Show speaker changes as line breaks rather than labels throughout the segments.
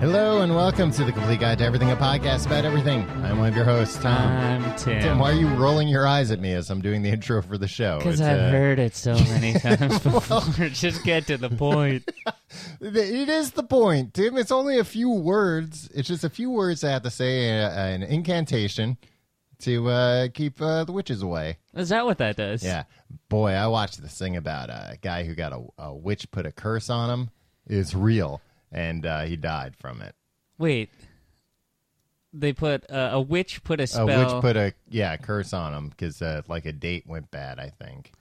Hello and welcome to the Complete Guide to Everything, a podcast about everything. I'm one of your hosts, Tom.
I'm Tim.
Tim, why are you rolling your eyes at me as I'm doing the intro for the show?
Because
It's,
I've
uh,
heard it so many times before. Just get to the point.
It is the point, Tim. It's only a few words. It's just a few words I have to say, uh, an incantation to uh, keep uh, the witches away.
Is that what that does?
Yeah. Boy, I watched this thing about a guy who got a, a witch put a curse on him. It's real. And uh, he died from it.
Wait. They put uh, a witch put a
A
spell.
witch put a yeah a curse on him because uh, like a date went bad, I think.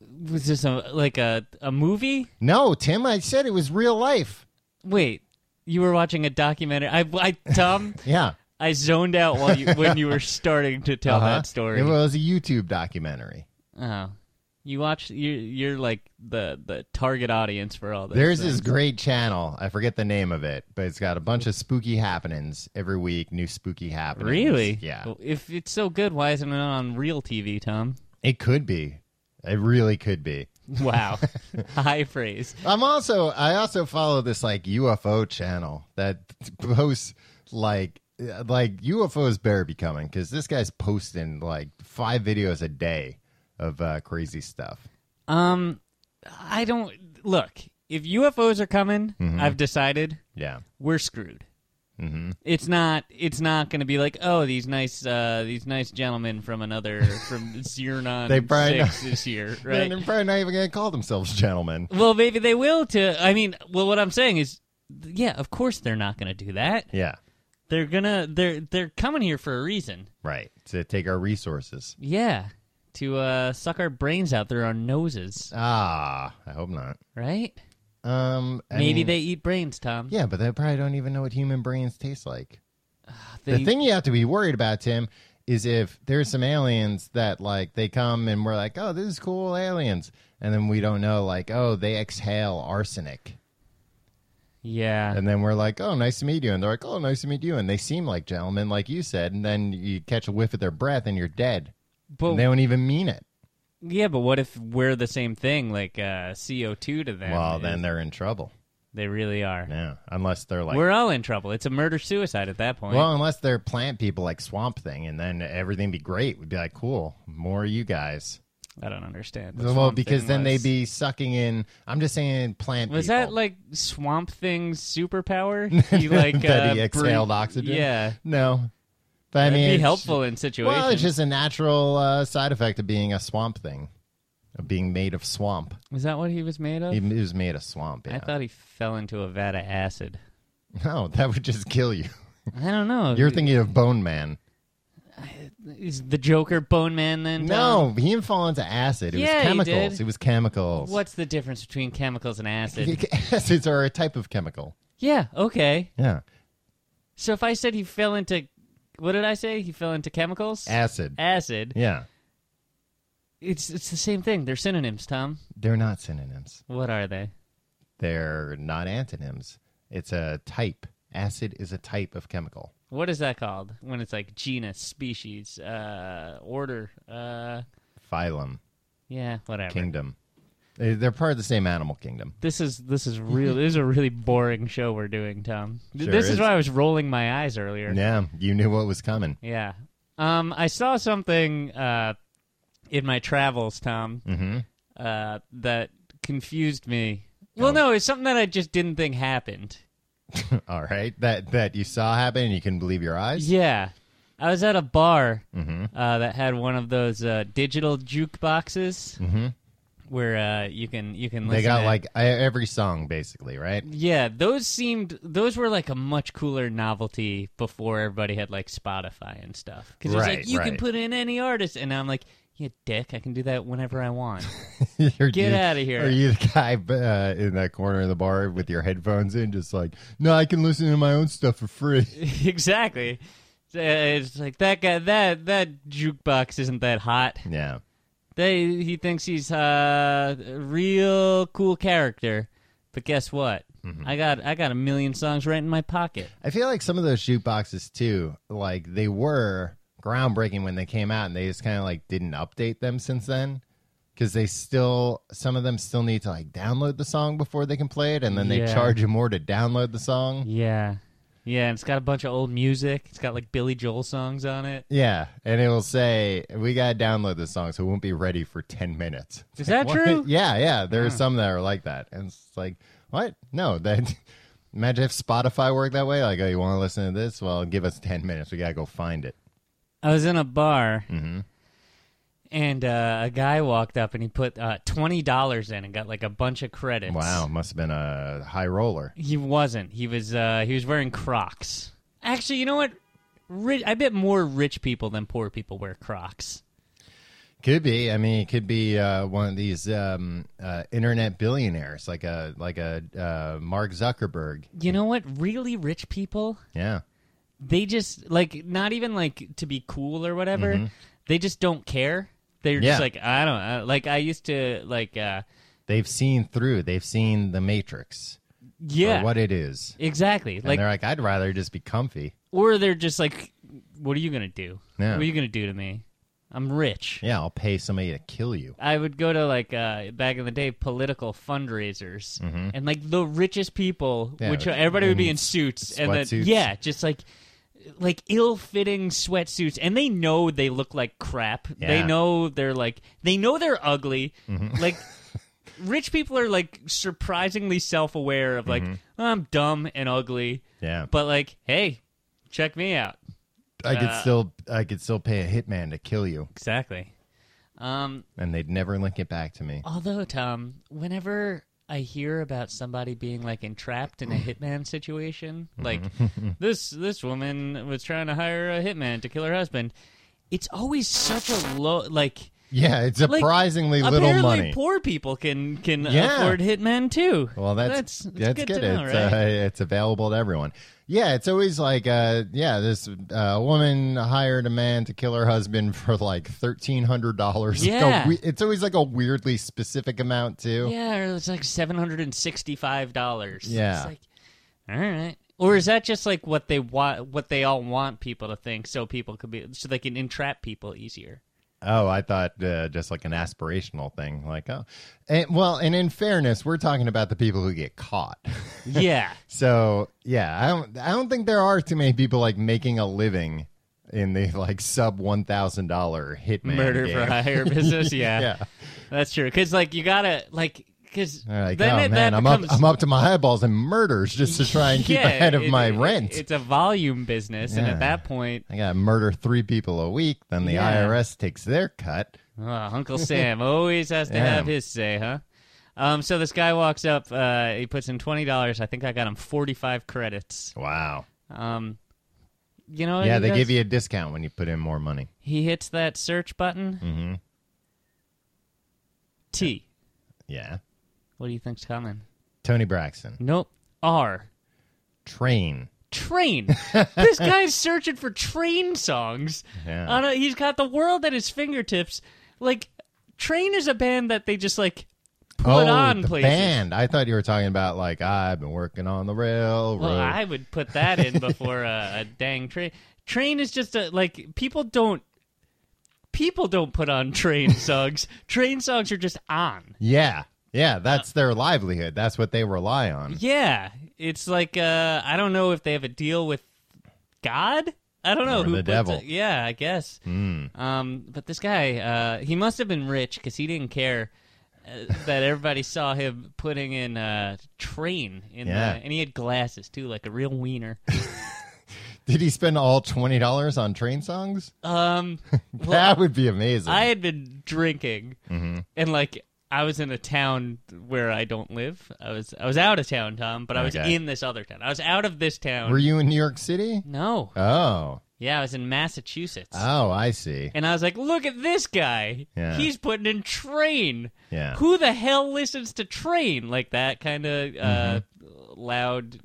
was this a, like a a movie?
No, Tim, I said it was real life.
Wait, you were watching a documentary. I, I Tom,
Yeah.
I zoned out while you when you were starting to tell
Uh-huh.
that story.
It was a YouTube documentary.
oh, you watched. You're you're like the the target audience for all this.
There's this great channel. I forget the name of it, but it's got a bunch of spooky happenings every week. New spooky happenings.
Really?
Yeah.
Well, If it's so good, why isn't it on real TV, Tom?
It could be. It really could be.
Wow. High praise.
I'm also I also follow this like UFO channel that posts like like UFOs better be coming because this guy's posting like five videos a day of uh, crazy stuff.
Um, I don't look. If UFOs are coming, I've decided
Yeah.
we're screwed.
Mm-hmm.
It's not. It's not going to be like, oh, these nice, uh, these nice gentlemen from another from Xenon
They probably
Six this year,
Right.
right?
They're probably not even gonna call themselves gentlemen.
well, maybe they will. To I mean, well, what I'm saying is, yeah, of course they're not going to do that.
Yeah.
They're gonna. They're they're coming here for a reason.
Right. To take our resources.
Yeah, to uh, suck our brains out through our noses,
Ah, I hope not.
right?
Um, I
Maybe
mean-
they eat brains, Tom.
Yeah, but they probably don't even know what human brains taste like.
They-
the thing you have to be worried about, Tim, is if there's some aliens that like they come and we're like, oh, this is cool, aliens, and then we don't know, like, oh, they exhale arsenic,
yeah.
and then we're like, oh, nice to meet you, and they're like, oh, nice to meet you, and they seem like gentlemen, like you said, and then you catch a whiff of their breath and you're dead.
But
And they don't even mean it.
yeah, but what if we're the same thing, like uh, CO two to them?
well, then they're in trouble.
they really are.
Yeah, unless they're like.
we're all in trouble. It's a murder suicide at that point.
well, unless they're plant people like Swamp Thing, and then everything be great. We'd be like, cool, more of you guys.
I don't understand. what
Well,
Swamp
because
Thing
then
was.
they'd be sucking in. I'm just saying, plant.
Was
people.
that like Swamp Thing's superpower? He like
that
uh,
he exhaled
breathe-
oxygen?
Yeah,
No, but I
That'd
mean,
be
it's-
helpful in situations.
Well, it's just a natural uh, side effect of being a swamp thing, of being made of swamp.
Is that what he was made of?
He was made of swamp. Yeah.
I thought he fell into a vat of acid.
no, that would just kill you.
I don't know.
You're thinking of Bone Man.
is the Joker Bone Man then? Tom?
No, he didn't fall into acid. It
Yeah,
was
he
chemicals.
did.
It was chemicals.
What's the difference between chemicals and acid?
Acids are a type of chemical.
yeah, okay.
Yeah,
So if I said he fell into, what did I say? He fell into chemicals?
acid.
Acid.
yeah,
It's it's the same thing. They're synonyms, Tom.
they're not synonyms.
What are they?
They're not antonyms. It's a type. Acid is a type of chemical.
What is that called when it's like genus, species, uh, order? Uh,
Phylum,
yeah, whatever.
kingdom. They- They're part of the same animal kingdom.
This is this is real. this is a really boring show we're doing, Tom. Th-
Sure
this
is.
is why I was rolling my eyes earlier.
Yeah, you knew what was coming.
Yeah. Um, I saw something uh, in my travels, Tom,
hmm
uh, that confused me. Well, no, it's something that I just didn't think happened.
All right, that that you saw happen and you couldn't believe your eyes.
Yeah. I was at a bar
Mm-hmm.
uh, that had one of those uh, digital jukeboxes where uh, you can you can listen.
Mm-hmm. They got
to-
like I- every song basically, right?
yeah, those seemed those were like a much cooler novelty before everybody had like Spotify and stuff. Because it's
Right,
like you can
right.
put in any artist, and I'm like, yeah, dick, I can do that whenever I want.
You're-
Get
you-
outta here.
Are you the guy uh, in that corner of the bar with your headphones in, just like, no, I can listen to my own stuff for free.
exactly. So, uh, It's like that guy that that jukebox isn't that hot.
Yeah,
They he thinks he's uh, a real cool character, but guess what? I got I got a million songs right in my pocket.
I feel like some of those shootboxes too, like they were groundbreaking when they came out, and they just kind of like didn't update them since then. because they still some of them still need to like download the song before they can play it, and then they
Yeah.
charge you more to download the song.
Yeah. Yeah, and it's got a bunch of old music. It's got like Billy Joel songs on it.
Yeah, and it will say we gotta download this song, so it won't be ready for ten minutes.
Is that
What?
true?
Yeah, yeah. There are some that are like that, and it's like, what? No, that. Imagine if Spotify worked that way. Like, oh, you want to listen to this? Well, give us ten minutes. We gotta go find it.
I was in a bar, and uh, a guy walked up and he put uh, twenty dollars in and got like a bunch of credits.
Wow, must have been a high roller.
He wasn't. He was. Uh, he was wearing Crocs. Actually, you know what? Ri I bet more rich people than poor people wear Crocs.
Could be. I mean, it could be uh, one of these um, uh, internet billionaires, like a like a uh, Mark Zuckerberg.
You know what? Really rich people.
Yeah,
They just like not even like to be cool or whatever. They just don't care. They're
Mm-hmm. Yeah.
just like I don't uh, like. I used to like. uh
they've seen through. They've seen the Matrix or
Yeah.
what it is,
Exactly.
and
like
they're like, I'd rather just be comfy.
or they're just like, "What are you gonna do?
Yeah.
What are you gonna do to me? I'm rich."
Yeah, I'll pay somebody to kill you.
I would go to like uh, back in the day political fundraisers, and like the richest people,
Mm-hmm. Yeah,
which
like,
everybody would be
in
in suits, and then
sweatsuits.
yeah, just like like ill-fitting sweatsuits, and they know they look like crap. They
Yeah. Mm-hmm.
know they're like they know they're ugly, like. Rich people are like surprisingly self-aware of like
Mm-hmm.
I'm dumb and ugly,
Yeah,
but like hey, check me out.
I could
uh,
still I could still pay a hitman to kill you,
Exactly. Um,
and they'd never link it back to me.
although, Tom, whenever I hear about somebody being like entrapped
Mm.
in a hitman situation,
Mm-hmm.
like this this woman was trying to hire a hitman to kill her husband, it's always such a low like.
Yeah, it's surprisingly little
apparently,
money.
poor people can can
Yeah.
afford hitmen too.
Well, that's that's, good.
good, to know,
it's,
right?
uh, it's available to everyone. Yeah, it's always like, uh, yeah, this uh, woman hired a man to kill her husband for like thirteen hundred dollars.
Yeah.
it's always like a weirdly specific amount too.
yeah, or it's like seven hundred and sixty-five dollars.
Yeah.
it's like, all right. Or is that just like what they want? What they all want people to think, so people could be, so they can entrap people easier.
Oh, I thought uh, just like an aspirational thing, like oh, and, well, and in fairness, we're talking about the people who get caught.
Yeah,
So yeah, I don't I don't think there are too many people like making a living in the like sub one thousand dollar hitman
murder
game.
for hire business. Yeah,
Yeah.
that's true. Because like you gotta like because
They're like,
then
oh
it,
man,
that
I'm
becomes-
up, I'm up to my eyeballs in murders just to try and keep
Yeah,
ahead of
it-
my
it-
rent.
It's a volume business, and
Yeah.
at that point,
I gotta murder three people a week, then the
Yeah.
IRS takes their cut.
Oh, Uncle Sam always has to
Yeah.
have his say, huh? Um, so this guy walks up. Uh, he puts in twenty dollars. I think I got him forty-five credits.
Wow.
Um, you know, what
yeah,
he
they
does?
give you a discount when you put in more money.
He hits that search button.
Mm-hmm.
T.
Yeah.
What do you think's coming?
Tony Braxton.
Nope. R.
Train.
Train. this guy's searching for train songs.
Yeah.
On a, he's got the world at his fingertips. Like, Train is a band that they just like put
oh,
on
the
places.
band. I thought you were talking about like I've been working on the railroad.
Well, I would put that in before a, a dang train. Train is just a like people don't people don't put on train songs. train songs are just on.
yeah. Yeah, that's their livelihood. That's what they rely on.
Yeah, it's like uh, I don't know if they have a deal with God. I don't know
Or
who
the
puts
devil. Hmm.
it- yeah, I guess. Um, but this guy, uh, he must have been rich because he didn't care uh, that everybody saw him putting in a train in
Yeah.
the, and he had glasses too, like a real wiener.
Did he spend all twenty dollars on train songs?
Um, well,
that would be amazing.
I had been drinking,
Mm-hmm.
and like I was in a town where I don't live. I was I was out of town, Tom, but I was
Okay.
in this other town. I was out of this town.
Were you in New York City?
no,
Oh,
yeah, I was in Massachusetts,
oh, I see.
and I was like, look at this guy.
Yeah.
He's putting in train.
Yeah.
Who the hell listens to train like that kind of uh,
Mm-hmm.
loud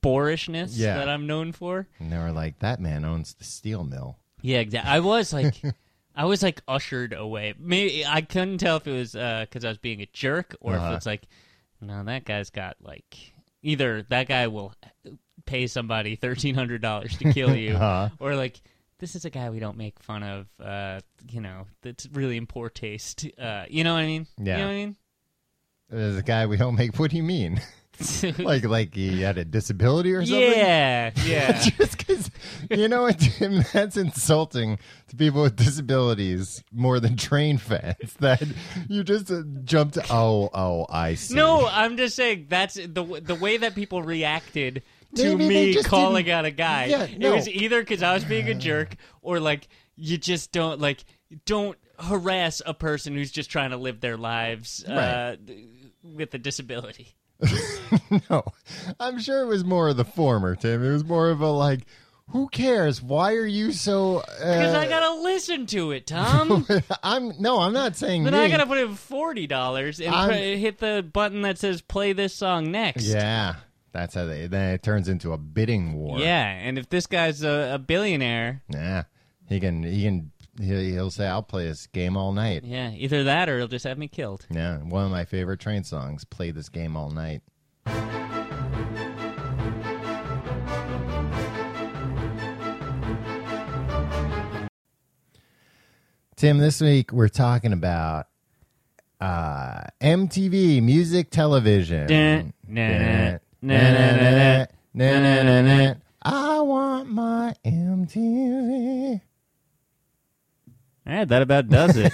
boorishness
Yeah.
that I'm known for?
And they were like, that man owns the steel mill.
Yeah, exactly. I was like, I was like ushered away. Maybe I couldn't tell if it was because I was being a jerk or if
Uh-huh.
it's like, no, that guy's got like either that guy will pay somebody thirteen hundred dollars to kill you,
Uh-huh.
or like this is a guy we don't make fun of. Uh, you know, that's really in poor taste. Uh, you know what I mean?
Yeah.
You know what I mean?
There's a guy we don't make. What do you mean? like, like he had a disability or something?
yeah, yeah.
Just 'cause- you know what, Jim? That's insulting to people with disabilities more than train fans. That you just uh, jumped. Oh, oh, I see.
no, I'm just saying that's the w- the way that people reacted to
Maybe they
me
just
calling
didn't-
out a guy.
Yeah,
It
no.
was either because I was being a jerk or like you just don't like don't harass a person who's just trying to live their lives uh,
Right.
th- with a disability.
no. I'm sure it was more of the former, Tim. It was more of a like, who cares? Why are you so? Uh,
Because I gotta listen to it, Tom.
I'm no, I'm not saying.
then
me.
I gotta put in forty dollars and
I'm-
pre- hit the button that says "play this song next."
Yeah, that's how they. Then it turns into a bidding war.
yeah. And if this guy's a, a billionaire,
Yeah. He can. He can. He'll, he'll say, "I'll play this game all night."
yeah, either that or he'll just have me killed.
Yeah, one of my favorite train songs. Play this game all night. Tim, this week we're talking about uh, MTV music television.
Dun, na, na, na, na, na, na, na.
I want my MTV.
All right, Eh, that about does it.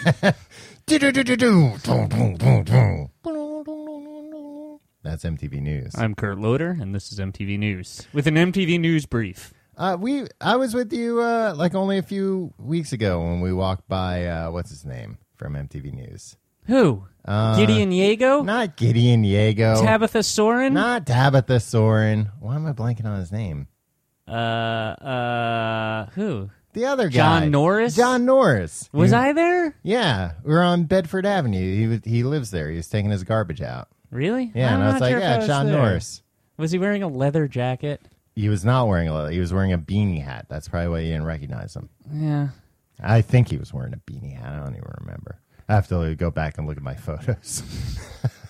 That's MTV News.
I'm Kurt Loder, and this is MTV News with an MTV News brief.
Uh, we, I was with you uh, like only a few weeks ago when we walked by. Uh, what's his name from MTV News?
Who?
Uh,
Gideon Yago,
Not Gideon Yago.
Tabitha Soren,
not Tabitha Soren. Why am I blanking on his name?
uh, uh, who?
The other guy,
John Norris?
John Norris.
Was
He-
I there?
Yeah, we were on Bedford Avenue. He was- he lives there. He was taking his garbage out.
Really?
Yeah,
I'm
and I was
not
like,
sure if
yeah,
I was
John
there.
Norris.
Was he wearing a leather jacket?
He was not wearing a leather. He was wearing a beanie hat. That's probably why you didn't recognize him.
Yeah.
I think he was wearing a beanie hat. I don't even remember. I have to go back and look at my photos.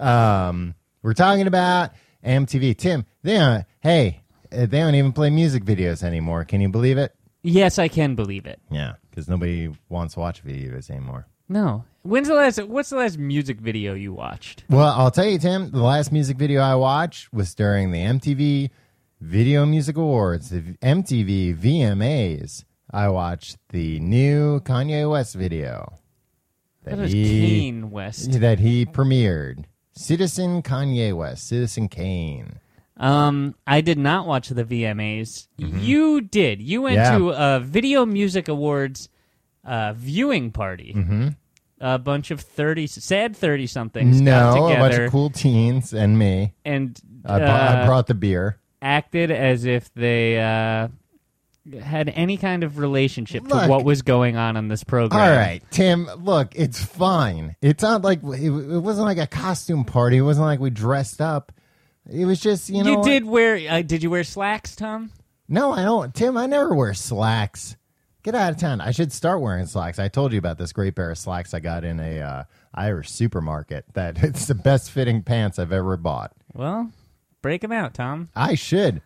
um, we're talking about MTV. Tim, they don't, hey, uh, they don't even play music videos anymore. Can you believe it?
Yes, I can believe it.
Yeah, because nobody wants to watch videos anymore.
No. When's the last? What's the last music video you watched?
Well, I'll tell you, Tim, the last music video I watched was during the MTV Video Music Awards, the MTV VMAs. I watched the new Kanye West video.
That was Kane West.
that he premiered. Citizen Kanye West, Citizen Kane.
Um, I did not watch the VMAs. You did. You went
Yeah.
to a Video Music Awards uh, viewing party. Mm-hmm. A bunch of thirty, sad thirty somethings
No,
got
a bunch
together
of cool teens and me.
and
I, bu-
uh,
I brought the beer.
acted as if they uh, had any kind of relationship to
Look.
what was going on on this program.
All right, Tim. Look, it's fine. It's not like it, it wasn't like a costume party. It wasn't like we dressed up. It was just you
You,
know. what?
did wear? Uh, did you wear slacks, Tom?
No, I don't, Tim. I never wear slacks. Get out of town. I should start wearing slacks. I told you about this great pair of slacks I got in a uh, Irish supermarket. That it's the best fitting pants I've ever bought.
Well, break them out, Tom.
I should.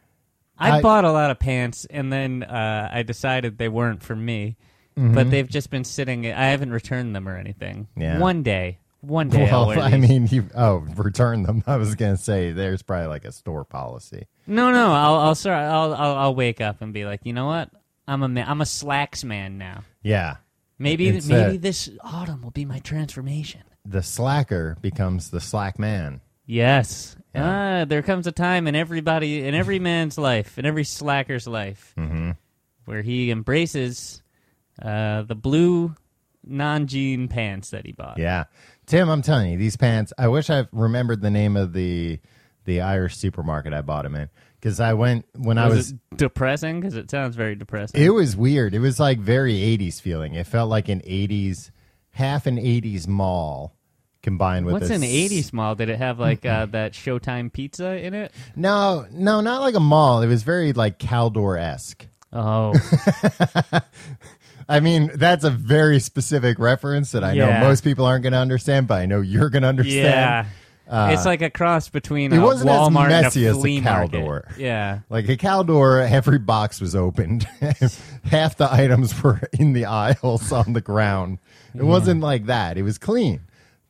I,
I-
bought a lot of pants, and then uh, I decided they weren't for me. But they've just been sitting. I haven't returned them or anything.
Mm-hmm. Yeah.
One day, one day. I'll wear
I
these.
mean, you oh, return them. I was gonna say there's probably like a store policy.
no, no. I'll, I'll, sorry, I'll, I'll, I'll wake up and be like, you know what? I'm a, man, I'm a slacks man now.
Yeah,
Maybe,
It's,
maybe
uh,
this autumn will be my transformation.
the slacker becomes the slack man.
Yes. Ah, there comes a time in everybody, in every man's life, in every slacker's life,
Mm-hmm.
where he embraces uh, the blue non-jean pants that he bought.
Yeah, Tim, I'm telling you, these pants. I wish I remembered the name of the the Irish supermarket I bought them in because I went when I
Was,
was.
it depressing? Because it sounds very depressing.
It was weird. It was like very 80s feeling. It felt like an 80s, half an 80s mall combined with
What's
a
an
s-
'80s mall? Did it have like uh, that Showtime pizza in it?
No, no, not like a mall. It was very like Caldor esque.
Oh,
I mean, that's a very specific reference that I
Yeah.
know most people aren't going to understand, but I know you're going to understand.
yeah. it's like a cross between
Uh, it
a
wasn't as
Walmart
messy
and a
as a
flea market.
Caldor.
Yeah.
Like a Caldor, every box was opened. Half the items were in the aisles on the ground. It wasn't like that. It was clean.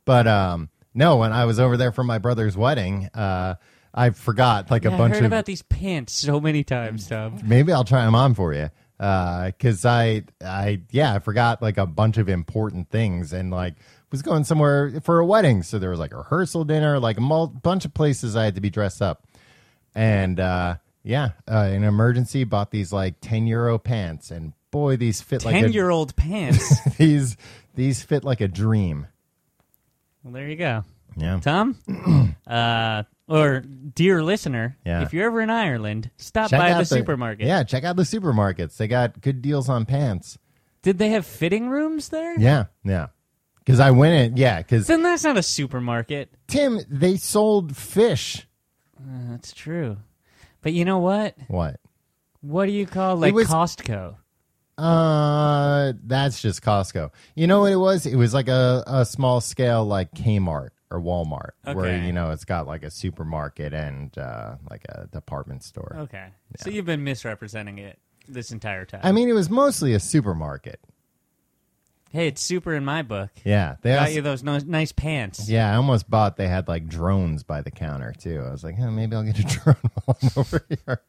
But um, no, when I was over there for my brother's wedding, uh, I forgot like
Yeah,
a bunch
I heard
of
about these pants so many times, Tom.
maybe I'll try them on for you. Uh, cause I, I, yeah, I forgot like a bunch of important things and like was going somewhere for a wedding. So there was like a rehearsal dinner, like a mul- bunch of places I had to be dressed up. And, uh, yeah, uh, in an emergency, bought these like 10 euro pants and boy, these fit like
Ten
a,
year old pants.
these, these fit like a dream.
well, there you go.
Yeah.
Tom, uh, or dear listener,
Yeah.
if you're ever in Ireland, stop by the, supermarket.
Yeah. Check out the supermarkets. They got good deals on pants.
Did they have fitting rooms there?
Yeah. Yeah. Cause I went in. Yeah. Cause
Then that's not a supermarket.
Tim, they sold fish.
Uh, that's true. But you know what?
What?
What do you call like
was-
Costco?
Uh, that's just Costco. You know what it was? It was like a, a small scale, like Kmart or Walmart, where
Okay.
you know it's got like a supermarket and uh, like a department store.
Okay. So you've been misrepresenting it this entire time.
I mean, it was mostly a supermarket.
hey, it's super in my book.
Yeah, they
Got
also-
you those no- nice pants.
yeah, I almost bought they had like drones by the counter too. I was like, huh, maybe I'll get a drone while I'm over here.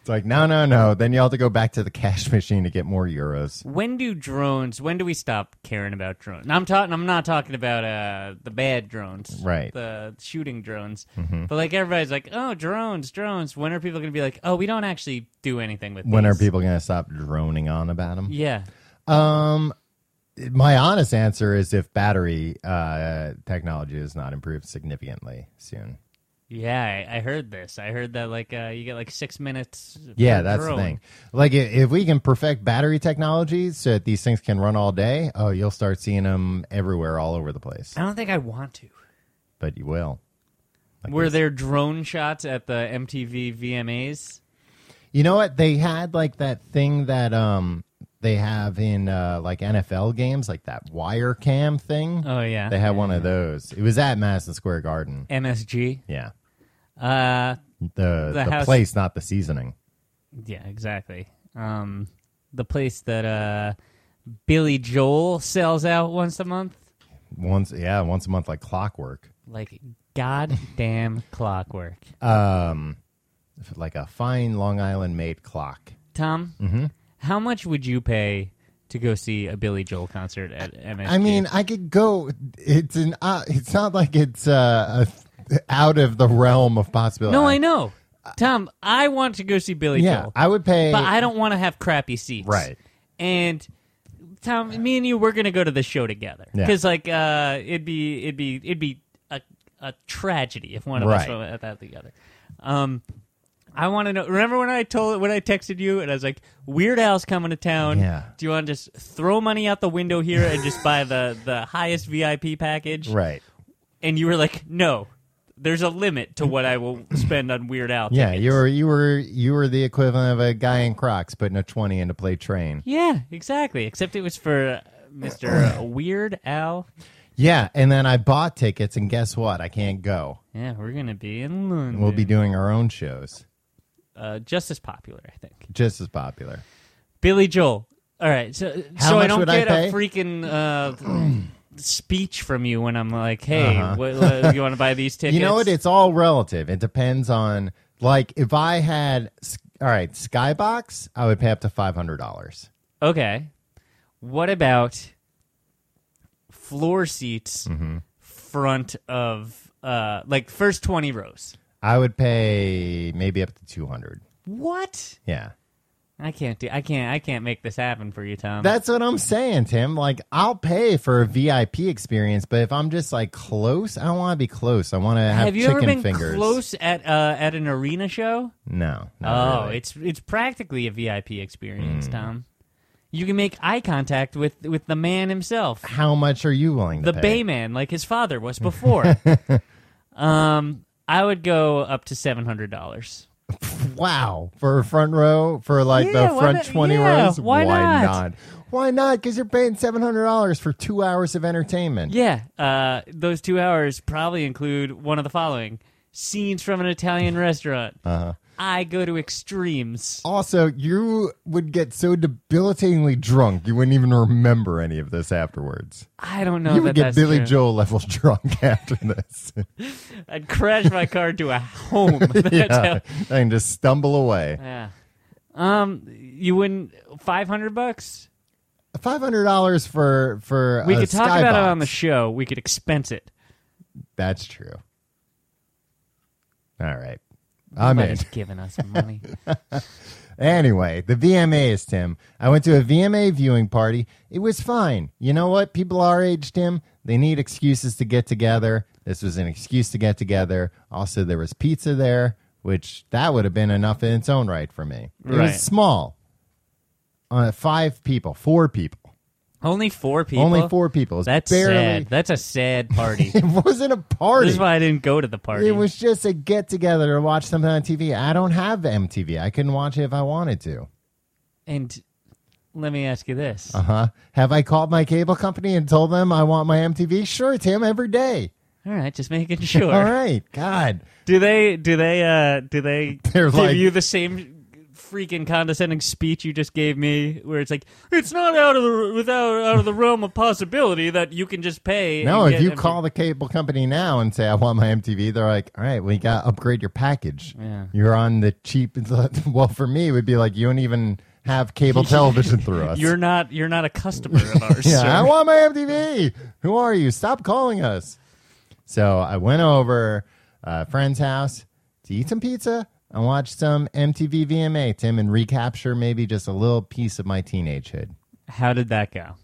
It's like, no, no, no. Then you have to go back to the cash machine to get more euros.
When do drones? When do we stop caring about drones? I'm talking. I'm not talking about uh, the bad drones,
Right.
The shooting drones.
Mm-hmm.
But like everybody's like, oh, drones, drones. When are people going to be like, oh, we don't actually do anything with
When are
these?
people going to stop droning on about them?
Yeah,
Um, my honest answer is if battery uh, technology is not improved significantly soon.
yeah. I, I heard this. I heard that like uh, you get like six minutes.
Yeah,
per
that's
drone.
the thing. Like, i- if we can perfect battery technology so that these things can run all day, oh, you'll start seeing them everywhere, all over the place.
I don't think I want to.
But you will.
Were there drone shots at the MTV VMAs?
You know what? They had like that thing that um they have in uh, like NFL games, like that wire cam thing.
Oh yeah,
They had one of those. It was at Madison Square Garden.
MSG.
Yeah,
Uh,
the the,
house-
place, not the seasoning.
Yeah, exactly. Um, the place that uh, Billy Joel sells out once a month,
once yeah once a month like clockwork
like goddamn clockwork.
um like a fine long island made clock
Tom,
Mm-hmm.
how much would you pay to go see a Billy Joel concert at MSG?
i mean i could go it's an uh, it's not like it's uh a, out of the realm of possibility
no, I know, Tom. I want to go see Billy
uh, yeah
Joel,
i would pay
but I don't want to have crappy seats,
Right.
And Tom, me and you, we're gonna go to the show together
Yeah.
because, like, uh, it'd be it'd be it'd be a a tragedy if one of us
Right.
went at that together. Um, I want to know. Remember when I told when I texted you and I was like, "Weird Al's coming to town.
Yeah.
Do you want to just throw money out the window here and just buy the the highest VIP package?"
right
And you were like, "No." There's a limit to what I will spend on Weird Al.
yeah
tickets."
you were you were you were the equivalent of a guy in crocs putting a 20 in to play train
Yeah, exactly. Except it was for uh, Mr. Weird Al.
yeah and then i bought tickets and guess what i can't go
Yeah, we're gonna be in London.
we'll be doing our own shows
uh, just as popular, I think.
just as popular
Billy Joel. All right, so
How
so I
much
don't
would I
get a
pay?
freaking uh, speech from you when I'm like, "Hey,
Uh-huh.
what, what- you want to buy these tickets?"
You know what? It's all relative. It depends on like if I had s- all right Skybox, I would pay up to five hundred dollars.
okay. What about floor seats
Mm-hmm.
front of uh, like first twenty rows?
I would pay maybe up to two hundred.
What?
Yeah,
I can't do. I can't. I can't make this happen for you, Tom.
that's what I'm saying, Tim. Like I'll pay for a VIP experience, but if I'm just like close, I don't want to be close. I want to have,
Have you
chicken
ever been
fingers.
close at uh, at an arena show?
No, not
Oh,
really. Hmm.
it's it's practically a VIP experience, Tom. You can make eye contact with with the man himself,
how much are you willing to
the
pay?
Bayman, like his father was before. um, I would go up to seven hundred dollars.
Wow, for a front row for like
Yeah,
the
why
front
not-
twenty
yeah,
rows.
why not?
not? Why not? Because you're paying seven hundred dollars for two hours of entertainment.
Yeah, uh, those two hours probably include one of the following scenes from an Italian restaurant. Uh-huh. I go to extremes.
Also, you would get so debilitatingly drunk you wouldn't even remember any of this afterwards.
I don't know
you
that
would get
Oh, that's
Billy
true.
Joel level drunk after this.
I'd crash my car into a home. That's
yeah,
how-
and just stumble away.
yeah. Um, you wouldn't five hundred bucks.
Five hundred dollars for for
We
a
could talk about it on the
Uh, skybox.
show. We could expense it.
That's true. All right, I'm in.
Nobody's giving us money.
Anyway, the VMAs, Tim. I went to a VMA viewing party. It was fine. You know what? People our age, Tim, they need excuses to get together. This was an excuse to get together. Also, there was pizza there, which that would have been enough in its own right for me. It
Right.
was small. Uh, five people, four people.
Only four people.
Only four people. It's
That's
barely.
sad. That's a sad party.
It wasn't a party.
this is why I didn't go to the party.
It was just a get together to watch something on TV. I don't have MTV. I couldn't watch it if I wanted to.
and let me ask you this.
Uh huh. Have I called my cable company and told them I want my MTV? Sure, Tim, every day.
All right, just making sure.
All right. God.
Do they? Do they? Uh, do they
They're
give
like-
you the same freaking condescending speech you just gave me, where it's like it's not out of the without out of the realm of possibility that you can just pay.
No,
and
if
get
you
every-
call the cable company now and say I want my MTV, they're like, "All right, we got to upgrade your package.
Yeah.
You're on the cheap." Well, for me, it would be like you don't even have cable television through us.
you're not you're not a customer of ours.
yeah,
sir.
I want my MTV. Who are you? Stop calling us. So I went over a friend's house to eat some pizza and watch some MTV VMA, Tim, and recapture maybe just a little piece of my teenagehood.
How did that go?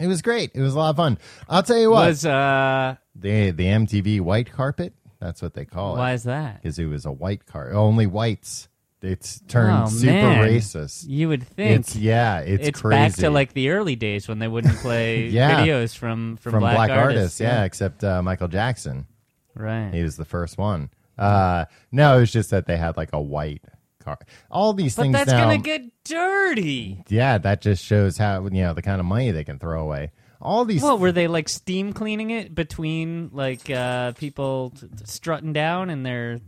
It was great. It was a lot of fun. I'll tell you what.
Was uh,
the the MTV white carpet, that's what they call
why
it.
is that?
Because it was a white carpet. Only whites. It's turned
Oh,
super
man.
racist.
You would think
It's yeah, it's,
it's
crazy.
back to like the early days when they wouldn't play
Yeah.
videos from from,
from
black,
artists, yeah, except uh, Michael Jackson.
right.
He was the first one. Uh, no, it was just that they had like a white car. All these
But
things
that's
now.
gonna get dirty.
yeah, that just shows how you know the kind of money they can throw away. All these.
What were they like steam cleaning it between like uh, people t- t- strutting down in their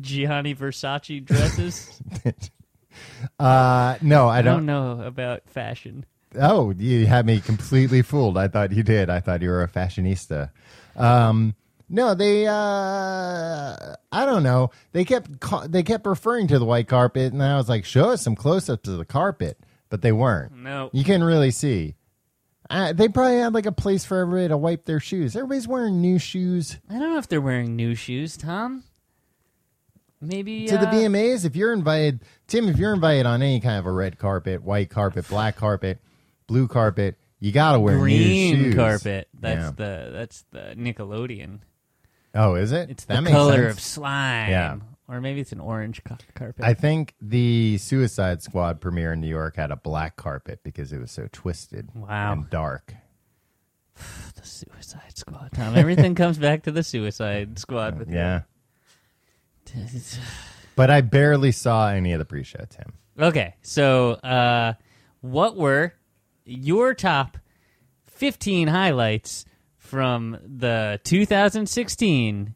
Gianni Versace dresses?
uh, no, I
I
don't.
don't know about fashion.
Oh, you had me completely fooled. I thought you did. I thought you were a fashionista. Um, no, they. Uh, I don't know. They kept ca- they kept referring to the white carpet, and I was like, show us some close ups of the carpet, but they weren't.
No,
You can really see. Uh, they probably had like a place for everybody to wipe their shoes. Everybody's wearing new shoes
I don't know if they're wearing new shoes, Tom. Maybe
to the
uh,
VMAs. If you're invited, Tim, if you're invited on any kind of a red carpet, white carpet, black carpet, blue carpet, you gotta wear new
green
shoes.
carpet. That's
Yeah.
the that's the Nickelodeon.
Oh, is it?
It's
that
the
makes
color
sense.
of slime.
Yeah.
Or maybe it's an orange ca- carpet.
I think the Suicide Squad premiere in New York had a black carpet because it was so twisted
Wow.
and dark.
the Suicide Squad, Tom. Everything comes back to the Suicide Squad. With
Yeah. But I barely saw any of the pre-show, Tim.
Okay, so uh, what were your top 15 highlights from the 2016?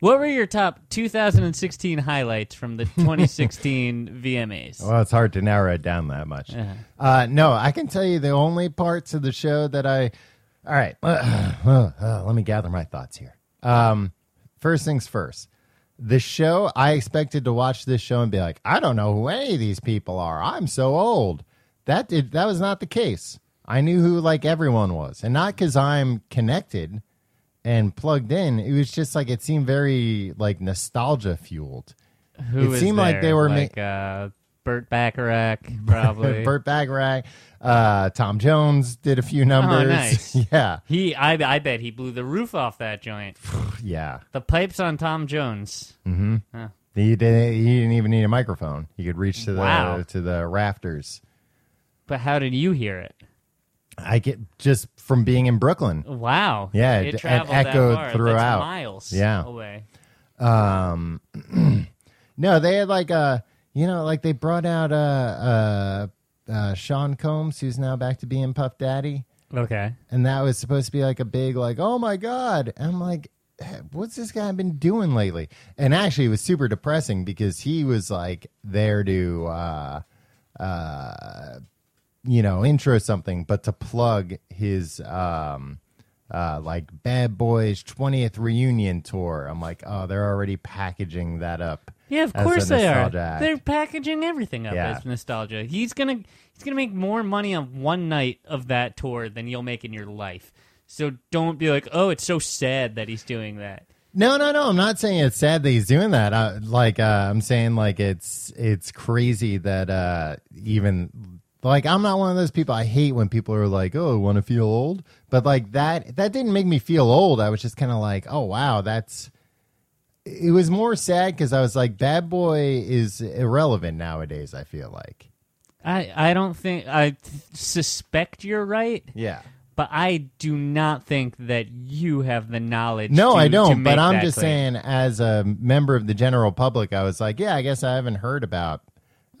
What were your top 2016 highlights from the 2016 VMAs?
Well, it's hard to narrow it down that much.
Yeah.
Uh, no, I can tell you the only parts of the show that I. All right, uh, let me gather my thoughts here. Um, first things first. The show, I expected to watch this show and be like, I don't know who any of these people are. I'm so old. That did, that was not the case. I knew who like everyone was, and not because I'm connected and plugged in. It was just like it seemed very like nostalgia fueled.
Who
it
was
seemed like
there?
they were ma-
like uh, Burt Bacharach, probably.
Burt Bacharach, uh, Tom Jones did a few numbers.
Oh, nice.
yeah,
He, I, I bet he blew the roof off that joint.
yeah.
The pipes on Tom Jones.
He didn't. He didn't even need a microphone. He could reach to the
Wow.
to the rafters.
But how did you hear it?
I get just from being in Brooklyn.
Wow.
Yeah, it-
it
it
traveled
echoed
that far.
throughout.
That's miles
Yeah.
away.
uh, No, they had like a you know like they brought out a, uh, Sean Combs, who's now back to being Puff Daddy,
Okay.
and that was supposed to be like a big like, oh my god. And I'm like, eh, what's this guy been doing lately? And actually, it was super depressing because he was like there to. Uh, uh, you know, intro something, but to plug his um uh like Bad Boys 20th reunion tour. I'm like, oh, they're already packaging that up.
Yeah, of
as a
course they are.
nostalgia act.
They're packaging everything up
Yeah.
as nostalgia. He's gonna he's gonna make more money on one night of that tour than you'll make in your life. So don't be like, oh, it's so sad that he's doing that.
No, no, no. I'm not saying it's sad that he's doing that. I, like, uh, I'm saying like it's it's crazy that uh, even like I'm not one of those people. I hate when people are like, "Oh, want to feel old," but like that that didn't make me feel old. I was just kind of like, "Oh, wow, that's." It was more sad because I was like, "Bad Boy is irrelevant nowadays." I feel like,
I I don't think I th- suspect you're right,
yeah.
but I do not think that you have the knowledge.
No,
to-
I
to
don't.
make
But I'm
that
just
claim.
saying, as a member of the general public, I was like, yeah, I guess I haven't heard about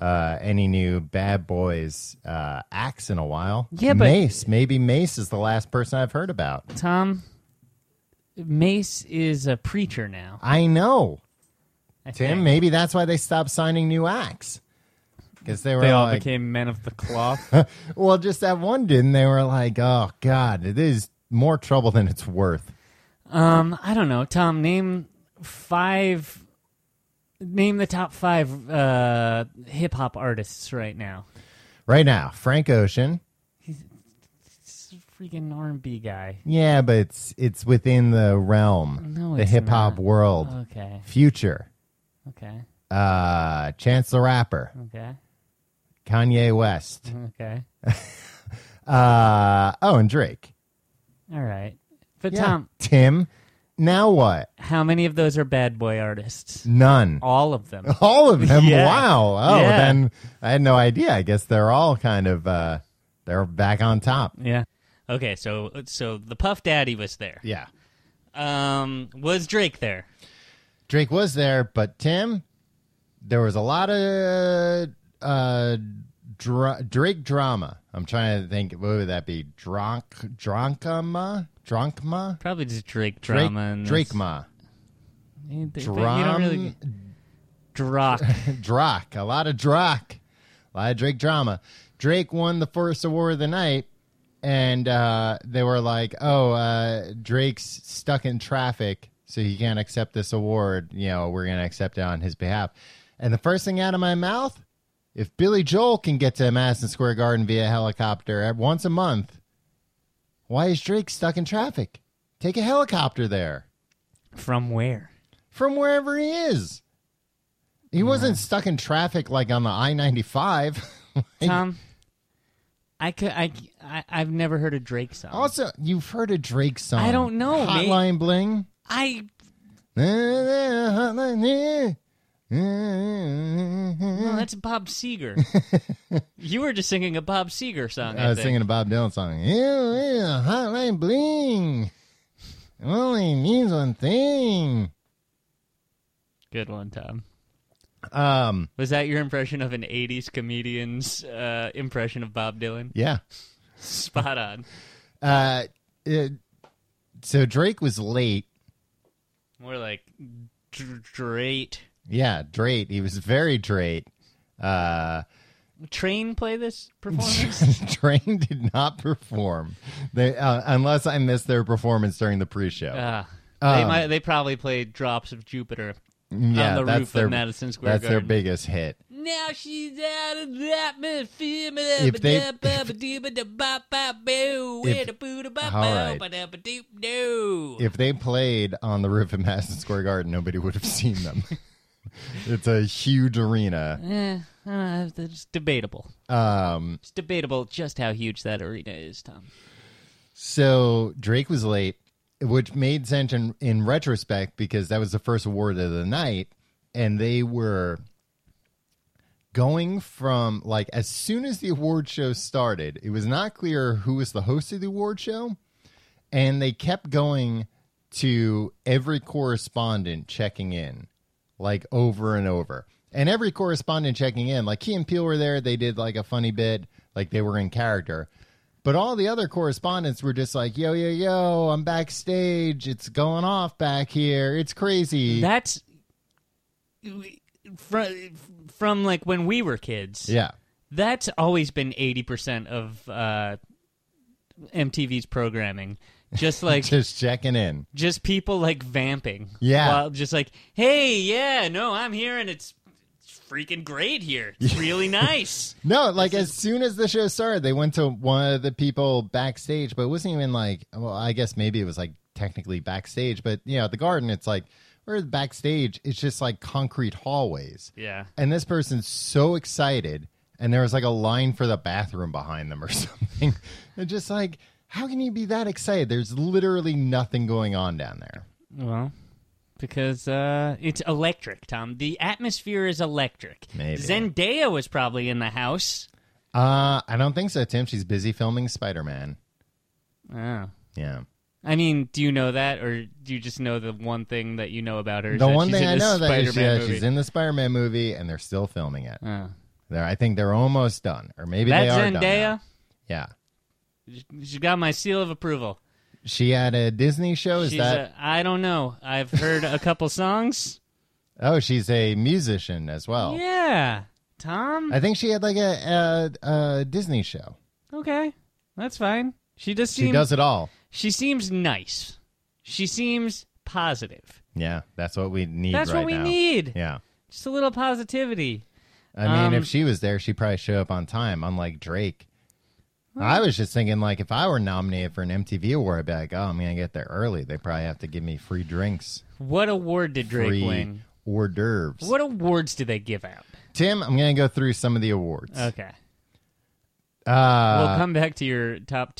uh, any new Bad Boys uh, acts in a while.
Yeah, but-
Mace. Maybe Mace is the last person I've heard about.
Tom Mace is a preacher now.
I know,
I
Tim.
think.
Maybe that's why they stopped signing new acts because they were
They all
like,
became men of the cloth.
well, just that one didn't. They were like, oh god, it is more trouble than it's worth.
Um, I don't know, Tom. Name five. Name the top five uh, hip hop artists right now.
Right now, Frank Ocean.
It's a freaking R and B guy.
Yeah, but it's it's within the realm,
No,
the
Oh, it's
hip hop
not. Oh,
world.
Okay,
Future,
okay,
uh, Chance the Rapper,
okay,
Kanye West,
okay.
uh, oh, and Drake.
All right, but
Yeah.
Tom,
Tim. Now what?
how many of those are bad boy artists?
None.
All of them.
All of them.
Yeah.
Wow. Oh,
Yeah.
then I had no idea. I guess they're all kind of uh, they're back on top.
yeah. Okay, so so the Puff Daddy was there.
Yeah.
Um, was Drake there?
Drake was there, but Tim, there was a lot of uh, dra- Drake drama. I'm trying to think. What would that be? Drunk, drunkama, drunkma,
Probably just Drake
Drake,
drama and
Drakema,
You, you don't really
drum,
Drock.
Drak. A lot of Drak, a lot of Drake drama. Drake won the first award of the night, and uh, they were like, "Oh, uh, Drake's stuck in traffic, so he can't accept this award. You know, we're gonna accept it on his behalf." And the first thing out of my mouth, if Billy Joel can get to Madison Square Garden via helicopter at- once a month, why is Drake stuck in traffic? Take a helicopter there
From where?
from wherever he is. He wasn't stuck in traffic like on the I ninety five.
Tom, I could I, I have never heard a Drake song.
Also, you've heard a Drake song.
I don't know, mate.
Hotline Bling.
I
Hotline
no,
Bling.
that's Bob Seger. you were just singing a Bob Seger song. I,
I was
think.
singing a Bob Dylan song. Yeah, yeah, Hotline Bling only means one thing.
Good one, Tom.
Um,
Was that your impression of an '80s comedian's uh, impression of Bob Dylan?
yeah.
Spot on.
Uh, it, so Drake was late
More like dr- Drake.
Yeah, Drake. He was very Drake. Uh,
Train play this performance.
Train did not perform, they, uh, unless I missed their performance during the pre-show.
Ah. they
Um,
might. They probably played "Drops of Jupiter"
yeah,
on the
that's
roof
their
of Madison Square
that's their
Garden.
biggest hit.
Now she's out of that
If they- All right.
If
If they played on the roof of Madison Square Garden, nobody would have seen them. it's a huge arena.
Eh, it's debatable.
Um,
It's debatable just how huge that arena is, Tom.
so Drake was late, which made sense in, in retrospect because that was the first award of the night, and they were going from like as soon as the award show started, it was not clear who was the host of the award show, and they kept going to every correspondent checking in like over and over. and every correspondent checking in, like Key and Peele were there, they did like a funny bit, like they were in character. But all the other correspondents were just like, yo, yo, yo, I'm backstage. It's going off back here. It's crazy.
That's from from like when we were kids.
yeah.
That's always been eighty percent of uh, MTV's programming. Just like
Just checking in.
just people like vamping.
Yeah.
While just like, hey, yeah, no, I'm here and it's it's freaking great here. It's really nice.
No, like as soon as the show started, they went to one of the people backstage, but it wasn't even like, well, I guess maybe it was like technically backstage, but you know, at the garden, it's like, we're backstage, it's just like concrete hallways.
Yeah.
And this person's so excited, and there was like a line for the bathroom behind them or something. and just like, how can you be that excited? There's literally nothing going on down there.
Well, because uh, it's electric, Tom. The atmosphere is electric.
Maybe.
Zendaya was probably in the house.
Uh, I don't think so, Tim. She's busy filming Spider Man.
Oh.
Yeah.
I mean, do you know that, or do you just know the one thing that you know about her? is
The
that
one
she's
thing
in
I
this
know that is,
Spider-Man
yeah,
movie.
she's in the Spider-Man movie, and they're still filming it.
Oh.
They're, I think they're almost done, or maybe
That
they are done.
Zendaya,
now. Yeah,
she got my seal of approval.
she had a Disney show. Is
She's
that?
a, I don't know. I've heard a couple songs.
oh, she's a musician as well.
Yeah, Tom.
I think she had like a, a, a Disney show.
okay, that's fine. She just
She
seems.
does it all.
She seems nice. She seems positive.
Yeah, that's what we need.
That's
right
what we
now.
need.
Yeah,
Just a little positivity.
I mean,
Um,
if she was there, she'd probably show up on time. Unlike Drake. I was just thinking, like, if I were nominated for an MTV award, I'd be like, oh, I'm going to get there early. They probably have to give me free drinks,
What award did Drake
free
win?
hors d'oeuvres.
What awards do they give out?
Tim, I'm going to go through some of the awards.
Okay. we'll
Uh,
come back to your top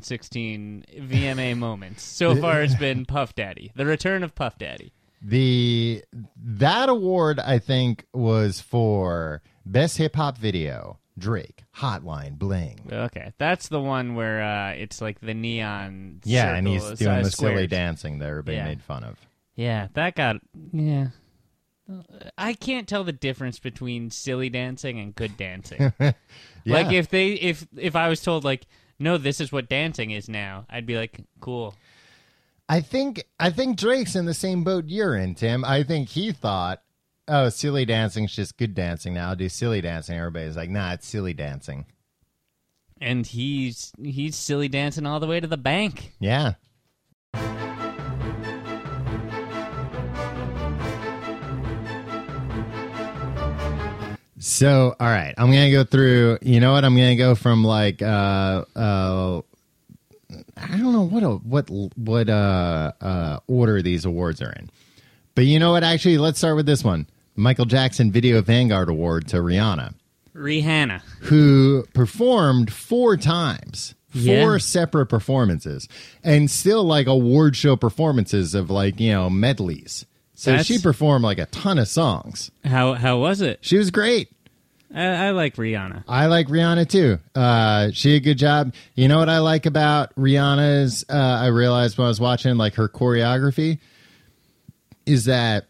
2016 VMA moments. So far, it's been Puff Daddy, the return of Puff Daddy.
the that award I think was for best hip hop video. Drake, Hotline Bling.
Okay, that's the one where uh, it's like the neon.
Yeah, and
circle
he's
is-
doing
uh,
the silly
squares.
dancing that everybody
Yeah.
made fun of.
Yeah, that got yeah. I can't tell the difference between silly dancing and good dancing.
Yeah.
Like if they if if I was told like no, this is what dancing is now, I'd be like cool.
I think I think Drake's in the same boat you're in, Tim. I think he thought, oh, silly dancing's just good dancing now. I'll do silly dancing. Everybody's like, nah, it's silly dancing.
And he's he's silly dancing all the way to the bank.
Yeah. So, all right, I'm gonna go through. You know what? I'm gonna go from like uh, uh, I don't know what a, what what uh, uh, order these awards are in, but you know what? Actually, let's start with this one: Michael Jackson Video Vanguard Award to Rihanna
Rihanna.
who performed four times,
Yeah.
four separate performances, and still like award show performances of like, you know, medleys. So
That's-
she performed like a ton of songs.
How how was it?
She was great.
I, I like Rihanna.
I like Rihanna too. Uh, she did a good job. You know what I like about Rihanna's? Uh, I realized when I was watching like her choreography is that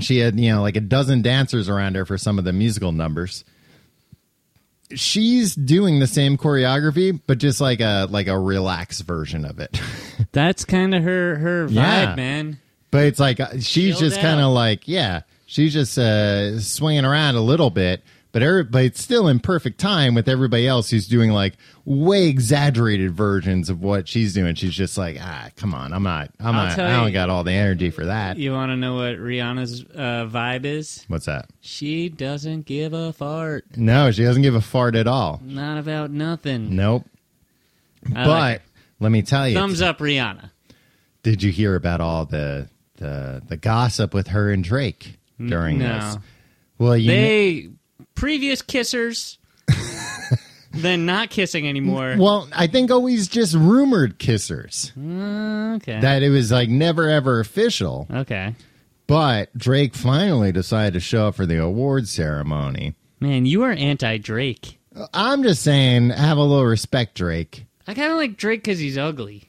she had you know like a dozen dancers around her for some of the musical numbers. She's doing the same choreography, but just like a like a relaxed version of it.
That's kind of her her vibe,
Yeah.
man.
But it's like uh, she's
Chilled
just
out.
kind of like, yeah, she's just uh, swinging around a little bit, but every, but it's still in perfect time with everybody else who's doing like way exaggerated versions of what she's doing. She's just like, ah, come on, I'm not, I'm
I'll
not,
tell
I don't
you-
got all the energy for that.
You want to know what Rihanna's uh, vibe is?
What's that?
She doesn't give a fart.
No, she doesn't give a fart at all.
Not about nothing.
Nope.
I
but
like
let me tell
it.
you,
thumbs up, Rihanna.
did you hear about all the the the gossip with her and Drake during
no.
this? Well, you
They previous kissers, then not kissing anymore.
well, I think always just rumored kissers.
Uh, Okay.
that it was like never ever official.
okay.
But Drake finally decided to show up for the award ceremony.
Man, you are anti Drake.
I'm just saying, have a little respect, Drake.
I kind of like Drake because he's ugly.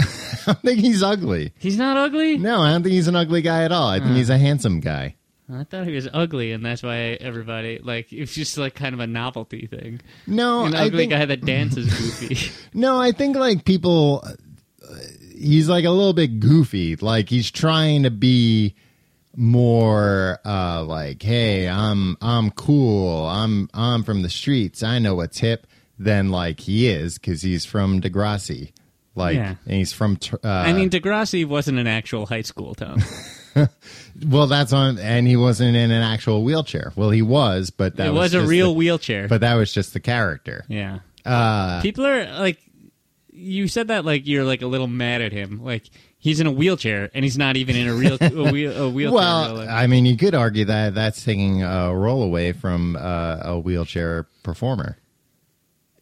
I don't think he's ugly.
He's not ugly. Hmm.
No, I don't think he's an ugly guy at all. I think he's a handsome guy.
I thought he was ugly, and that's why everybody like it's just like kind of a novelty thing.
No,
An
Oh, I
ugly
think
guy that dances goofy.
no, I think like people, uh, he's like a little bit goofy. Like he's trying to be more uh like hey i'm i'm cool i'm i'm from the streets i know what's hip than like he is because he's from degrassi like
Yeah.
and he's from tr- uh
I mean, Degrassi wasn't an actual high school, Tom.
well that's on and he wasn't in an actual wheelchair well he was but that
it was, a
just
real
the-
wheelchair.
but that was just the character
yeah.
Uh,
People are like, you said that like you're like a little mad at him. Like he's in a wheelchair and he's not even in a real a, wheel, a wheelchair.
Well,
Like,
I mean, you could argue that that's taking a role away from uh, a wheelchair performer.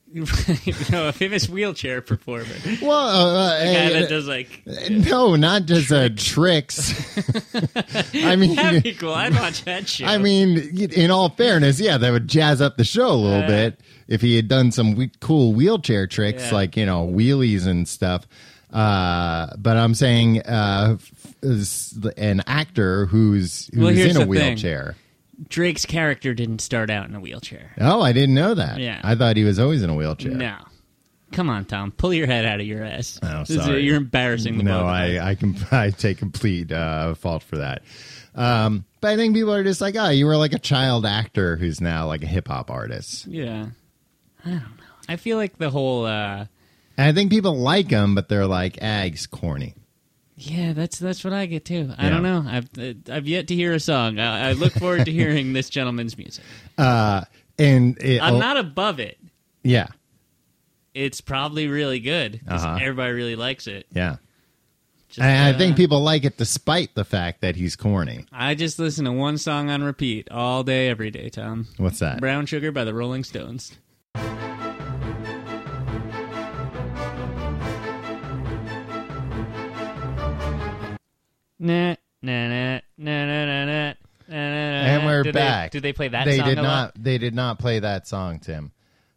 no, a famous wheelchair performer.
Well, uh, uh,
Guy
eh,
that does like
no, not just uh, tricks. I mean,
that'd be cool. I'd watch that shit.
I mean, in all fairness, yeah, that would jazz up the show a little
Yeah.
bit if he had done some we- cool wheelchair tricks
Yeah.
like you know wheelies and stuff. Uh, but I'm saying uh, f- is an actor who's who's
Well,
in
here's
a
the thing.
wheelchair.
Drake's character didn't start out in a wheelchair.
Oh, I didn't know that.
Yeah.
I thought he was always in a wheelchair.
No. Come on, Tom. Pull your head out of your ass.
Oh,
This is-
sorry.
You're embarrassing the both
No,
of us.
I, uh, I can I take complete uh, fault for that. Um, but I think people are just like, oh, you were like a child actor who's now like a hip hop artist.
Yeah. I don't know. I feel like the whole uh
And I think people like him, but they're like, ag's corny.
yeah, that's that's what I get too. I
Yeah.
don't know. I've uh, I've yet to hear a song. I, I look forward to hearing this gentleman's music.
Uh, and it,
I'm not above it.
Yeah,
It's probably really good. 'cause
Uh-huh.
Everybody really likes it.
yeah.
Just,
And I
uh,
think people like it despite the fact that he's corny.
I just listen to one song on repeat all day, every day, Tom.
What's that?
Brown Sugar by the Rolling Stones. Nah, nah, nah, nah, nah, nah, nah, nah, nah,
And
And
we're back.
Did they play that
they
song
did
a
not.
lot?
They did not play that song, Tim.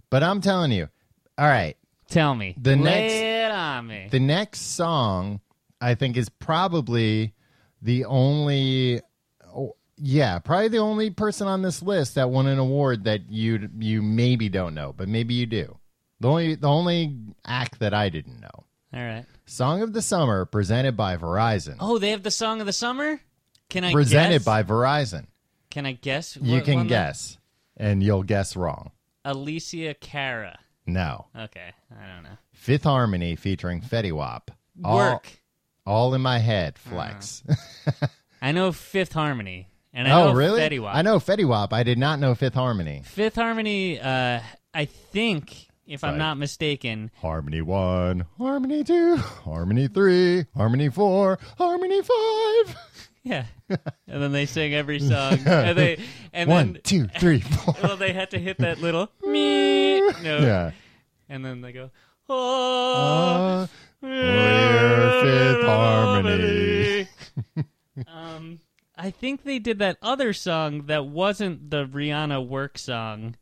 But I'm telling you, all right.
Tell me.
The
Lay
next-
it on me.
The next song, I think, is probably the only, oh, yeah, probably the only person on this list that won an award that you you maybe don't know, but maybe you do. The only the only act that I didn't know.
All right.
Song of the Summer, presented by Verizon.
Oh, they have the song of the summer. Can I
presented
guess?
by Verizon.
Can I guess?
You
what
can
one that-
guess, and you'll guess wrong.
Alicia Cara.
No,
Okay, I don't know.
Fifth Harmony featuring Fetty Wap. All-
Work. Mm.
All in my head, flex.
I know Fifth Harmony, and I
oh,
know
really?
Fetty Wap.
I know Fetty Wap. I did not know Fifth Harmony.
Fifth Harmony, uh, I think, if I'm
Right.
not mistaken,
Harmony one, harmony two, harmony three, harmony four, harmony five.
yeah. and then they sing every song, and they and
One,
then Uh,
two, three, four.
well, they had to hit that little me no,
yeah.
and then they go oh,
Uh, we're Fifth Harmony.
um, I think they did that other song that wasn't the Rihanna work song,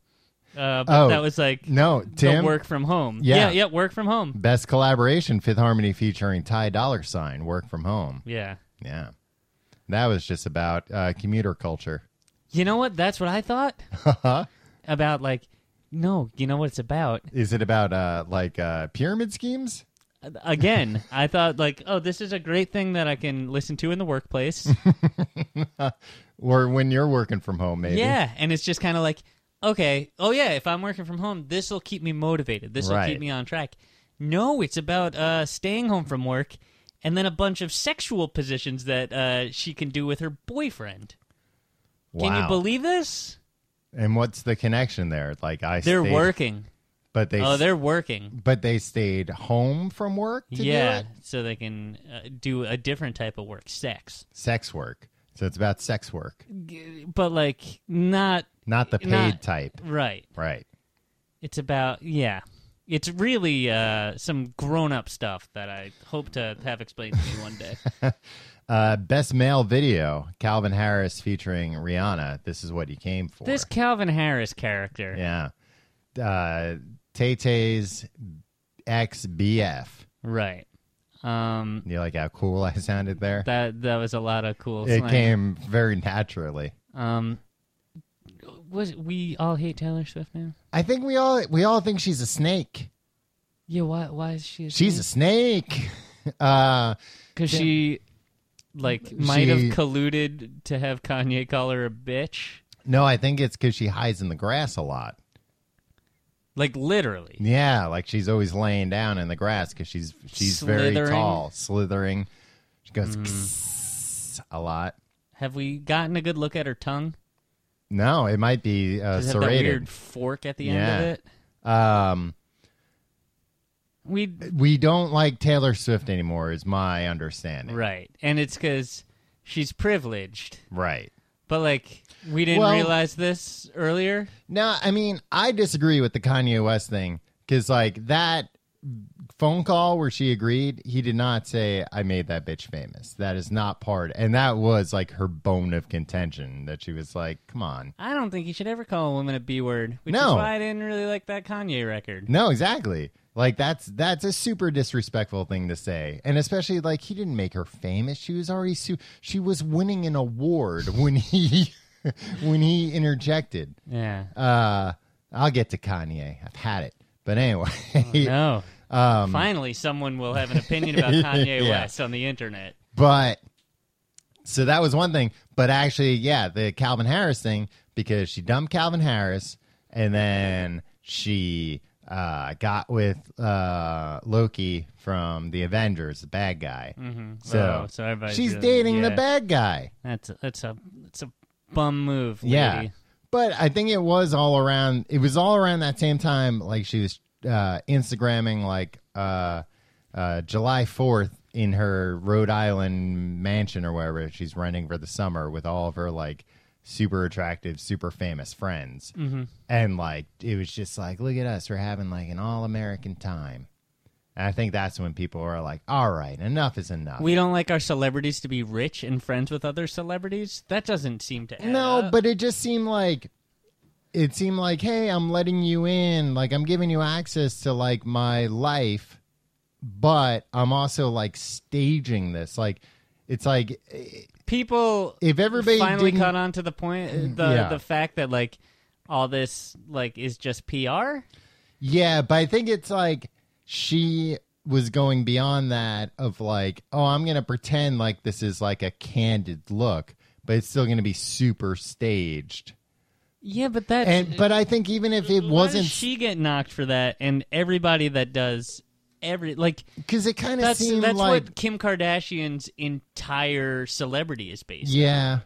uh, but
Oh,
that was like
No,
the
Tim.
work from home.
Yeah.
yeah, yeah, work from home.
Best collaboration, Fifth Harmony featuring Ty Dollar Sign, Work From Home.
Yeah.
Yeah. That was just about uh, commuter culture.
You know what? That's what I thought
Uh-huh.
about. Like, no, you know what it's about.
Is it about uh, like uh, pyramid schemes?
Again, I thought like, oh, this is a great thing that I can listen to in the workplace.
Or when you're working from home, maybe?
yeah, and it's just kind of like, okay, oh yeah, if I'm working from home, this will keep me motivated. This will
Right.
keep me on track. No, it's about uh, staying home from work, and then a bunch of sexual positions that uh, she can do with her boyfriend.
Wow.
Can you believe this?
And what's the connection there? Like I
They're
stayed,
working.
but they
Oh, they're working.
but they stayed home from work to do
yeah,
it?
so they can uh, do a different type of work, sex,
sex work. So it's about sex work,
G- but like not
not the paid
Not-
type,
right.
right?
It's about yeah. It's really uh, some grown-up stuff that I hope to have explained to me one day.
Uh, best male video: Calvin Harris featuring Rihanna. This is what he came for.
this Calvin Harris character,
yeah. Uh, Tay Tay's XBF.
right? Um,
You like how cool I sounded there?
that that was a lot of cool.
it
slang.
came very naturally.
Um, was we all hate Taylor Swift now?
I think we all we all think she's a snake.
Yeah, why? Why is she? A
She's a snake. Uh,
because she like might have
She-
colluded to have Kanye call her a bitch.
no, I think it's because she hides in the grass a lot.
Like literally,
Yeah, like she's always laying down in the grass because she's she's very
Slithering. Mm.
tall, slithering. She goes "Kss," a lot.
have we gotten a good look at her tongue?
No, it might be uh,
Does it have that
serrated.
weird fork at the end
Yeah.
of it?
Um,
We
we don't like Taylor Swift anymore, is my understanding.
right, and it's because she's privileged.
Right.
But like, we didn't
Well-
realize this earlier.
No, I mean, I disagree with the Kanye West thing because, like, that phone call where she agreed, he did not say, I made that bitch famous. That is not part. And that was, like, her bone of contention that she was like, come on.
I don't think you should ever call a woman a b word, which
No.
is why I didn't really like that Kanye record.
No, exactly. Like that's that's a super disrespectful thing to say, and especially like he didn't make her famous. She was already su- she was winning an award when he when he interjected.
Yeah.
Uh, I'll get to Kanye. I've had it, but anyway,
No. Finally, someone will have an opinion about Kanye
um, Yeah.
West on the internet.
but so that was one thing. But actually, yeah, the Calvin Harris thing because she dumped Calvin Harris, and then she uh, got with uh, Loki from the Avengers, the bad guy.
Mm-hmm.
So,
so everybody's
She's
really-
dating the
yeah.
bad guy.
That's a, that's a that's a bum move. Lady.
Yeah. But I think it was all around it was all around that same time like she was uh Instagramming like uh uh July 4th in her Rhode Island mansion or wherever she's renting for the summer with all of her like super attractive, super famous friends.
Mm-hmm.
And like it was just like look at us, we're having like an all-American time. And I think that's when people are like, "All right, enough is enough."
We don't like our celebrities to be rich and friends with other celebrities. That doesn't seem to. add
No,
up.
but it just seemed like it seemed like, hey, I'm letting you in, like I'm giving you access to like my life, but I'm also like staging this. Like it's like
people
if everybody
finally
didn't-
caught on to the point, uh, the
Yeah.
the fact that like all this like is just PR.
yeah, but I think it's like she was going beyond that of like, oh, I'm gonna pretend like this is like a candid look, but it's still gonna be super staged.
Yeah, but that
And but I think even if it
why does
wasn't,
she get knocked for that, and everybody that does every like
because it kind of
that's
seemed
that's
like,
what Kim Kardashian's entire celebrity is based.
yeah,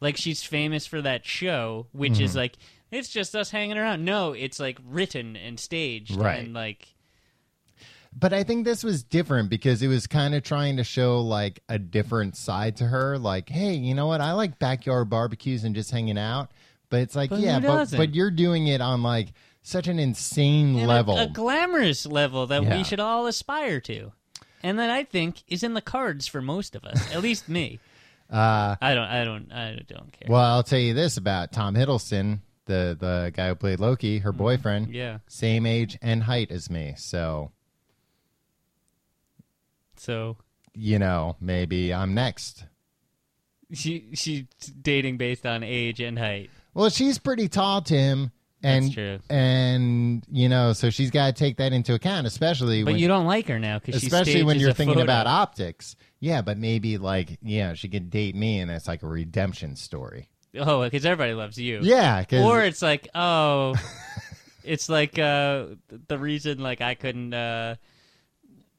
Like she's famous for that show, which
Mm-hmm.
is like it's just us hanging around. No, it's like written and staged,
Right.
And like
But I think this was different because it was kind of trying to show like a different side to her. Like, hey, you know what? I like backyard barbecues and just hanging out. But it's like,
But who
yeah, but,
doesn't?
but you're doing it on like such an insane
and a-
level.
a, glamorous level that
Yeah.
we should all aspire to, and that I think is in the cards for most of us, at least me. Uh, I don't, I don't, I don't care.
well, I'll tell you this about Tom Hiddleston, the the guy who played Loki, her boyfriend.
Mm-hmm. yeah,
Same age and height as me. So,
so
you know, maybe I'm next.
she she's dating based on age and height.
Well, she's pretty tall, Tim. And
That's true.
and you know, so she's got to take that into account, especially
But
when
you don't like her now because
especially when you're thinking about optics. Yeah, but maybe like yeah, she could date me, and it's like a redemption story.
oh, because everybody loves you.
Yeah, 'cause-
or it's like oh, it's like uh, th- the reason like I couldn't uh,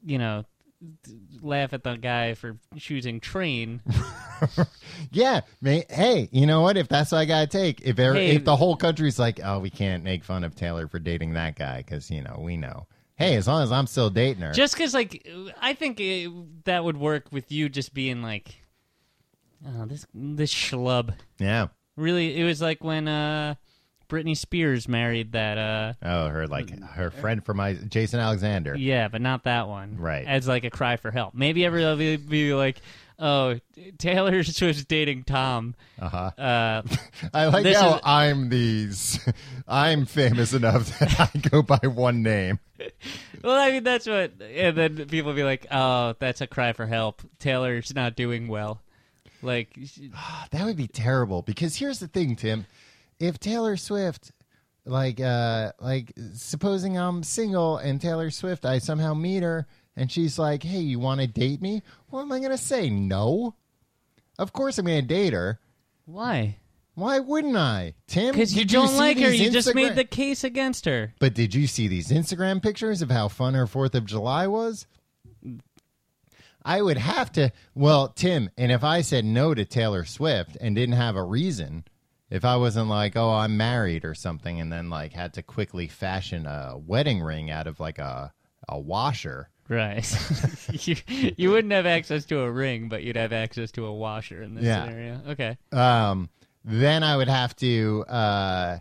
you know d- laugh at the guy for choosing train.
yeah, may, hey, you know what? If that's what I gotta take, if er,
Hey.
if the whole country's like, oh, we can't make fun of Taylor for dating that guy because you know we know. Hey, as long as I'm still dating her,
just because like I think uh that would work with you just being like oh this this schlub.
yeah.
Really, it was like when uh, Britney Spears married that uh.
Oh, her like her friend from my Jason Alexander.
Yeah, but not that one.
Right.
As like a cry for help. Maybe everybody will be like, oh, Taylor was dating Tom.
Uh-huh.
Uh,
I like
This
how
is-
I'm these. I'm famous enough that I go by one name.
well, I mean, that's what. And then people will be like, oh, that's a cry for help. Taylor's not doing well. Like,
That would be terrible because here's the thing, Tim. If Taylor Swift like uh like supposing I'm single and Taylor Swift I somehow meet her and she's like, "Hey, you want to date me?" What am I going to say? No. Of course I'm going to date her.
why?
Why wouldn't I? Tim,
Because you
did
don't
see
like her.
these
You just
Instagra-
made the case against her.
But did you see these Instagram pictures of how fun her 4th of July was? I would have to. Well, Tim, and if I said no to Taylor Swift and didn't have a reason, if I wasn't like, oh, I'm married or something, and then like had to quickly fashion a wedding ring out of like a, a washer,
Right. you, you wouldn't have access to a ring, but you'd have access to a washer in this
Yeah.
scenario. Okay.
um, then I would have to. Uh,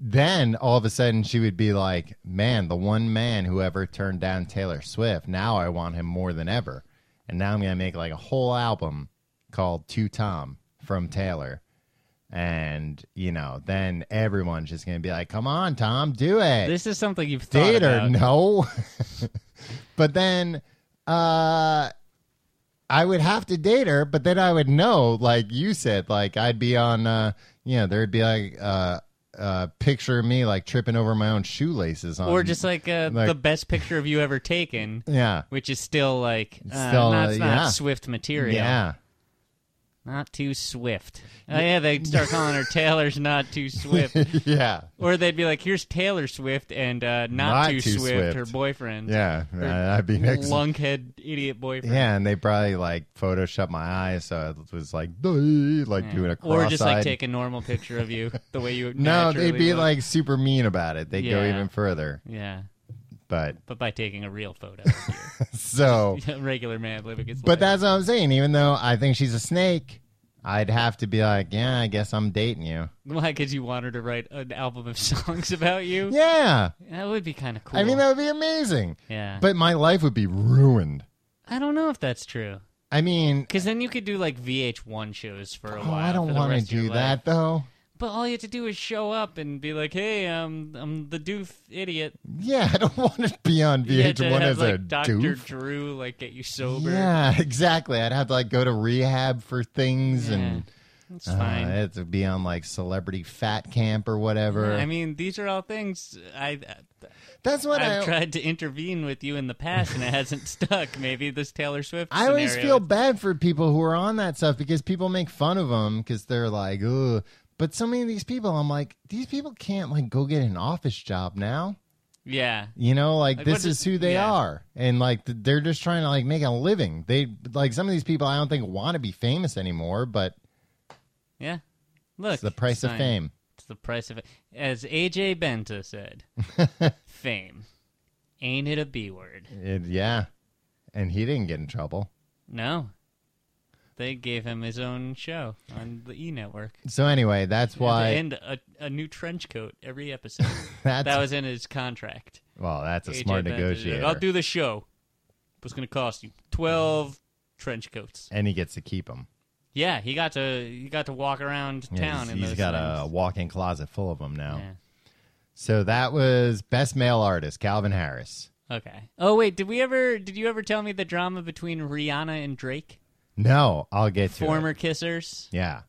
then all of a sudden she would be like, "Man, the one man who ever turned down Taylor Swift. Now I want him more than ever." And now I'm gonna make like a whole album called "To Tom" from Taylor, and you know, then everyone's just gonna be like, "Come on, Tom, do it."
This is something you've thought
date or
about.
no. but then uh I would have to date her, but then I would know, like you said, like I'd be on uh you know, there'd be like uh uh picture of me like tripping over my own shoelaces on
Or just like, uh,
Like-
the best picture of you ever taken,
Yeah.
which is still like uh,
Still,
not,
uh,
not
yeah.
swift material.
Yeah.
Not too swift. Oh, yeah, they start calling her Taylor's not too swift.
yeah.
or they'd be like, here's Taylor Swift and uh, not,
Not
too,
too
swift,
Swift.
her boyfriend.
Yeah. I'd be next
Lunkhead idiot boyfriend.
Yeah, and they probably like photoshopped my eyes so it was like "Bleh," like
Yeah.
doing a
Mm. or
cross-eyed.
just like take a normal picture of you the way you
No,
naturally
they'd be
look.
like super mean about it. They would go
Yeah.
even further.
yeah
But
but by taking a real photo of
so
you. regular man living his
But
life.
that's what I'm saying. Even though I think she's a snake, I'd have to be like, yeah, I guess I'm dating you.
why could you want her to write an album of songs about you
Yeah.
that would be kind of cool
I mean, that would be amazing.
yeah
But my life would be ruined.
i don't know if that's true
I mean,
because then you could do like vh1 shows for a
oh,
while
I
for
don't
the
want to
rest of your
do
life.
that, though.
but all you have to do is show up and be like hey um, i'm the doof idiot
Yeah, I don't want to be on
You
VH1
had to have,
as
like,
a
dr
doof.
drew like get you sober
Yeah, exactly. I'd have to like go to rehab for things
Yeah,
and
it's
uh,
fine
I'd have to be on like celebrity fat camp or whatever.
I mean, these are all things I
That's what
I've
I
tried to intervene with you in the past, and it hasn't stuck. Maybe this Taylor Swift.
I always
scenario-
feel bad for people who are on that stuff because people make fun of them because they're like, ugh. But so many of these people, I'm like, these people can't like go get an office job now.
Yeah,
You know, like,
Like,
this
what
is
does-
who they
yeah.
are, and like th- they're just trying to like make a living. They like some of these people, I don't think want to be famous anymore, but
yeah. Look,
it's the price of
sign.
fame.
It's the price of as AJ Benta said, fame. Ain't it a b word?
It, yeah, and he didn't get in trouble.
No. They gave him his own show on the E Network,
So anyway, that's why.
and a, a new trench coat every episode.
that's
that was in his contract.
well, that's a
AJ
smart
Benta said,
negotiator.
I'll do the show. What's going to cost you? Twelve trench coats.
and he gets to keep them.
Yeah, he got to he got to walk around
Yeah,
town.
he's-
in
he's
those
got a
things.
walk-in closet full of them now.
Yeah.
So that was best male artist Calvin Harris.
Okay. Oh wait, did we ever? Did you ever tell me the drama between Rihanna and Drake,
No, I'll get to
former kissers?
it. Yeah.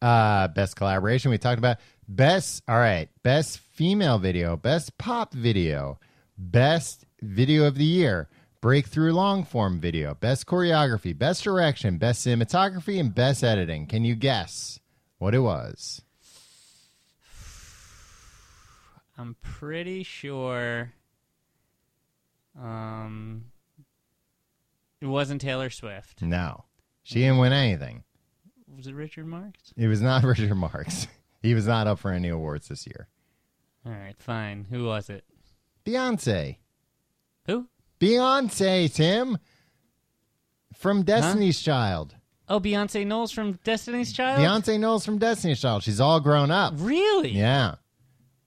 Uh, best collaboration we talked about. Best all right. Best female video. Best pop video. Best video of the year. Breakthrough long form video. Best choreography. Best direction. Best cinematography and best editing. Can you guess what it was?
I'm pretty sure. Um, it wasn't Taylor Swift.
No, she didn't win anything.
Was it Richard Marx?
It was not Richard Marx. He was not up for any awards this year.
All right, fine. Who was it?
Beyonce.
Who?
Beyonce, Tim, from Destiny's Child.
Oh, Beyonce Knowles from Destiny's Child.
Beyonce Knowles from Destiny's Child. She's all grown up.
Oh. Really?
Yeah.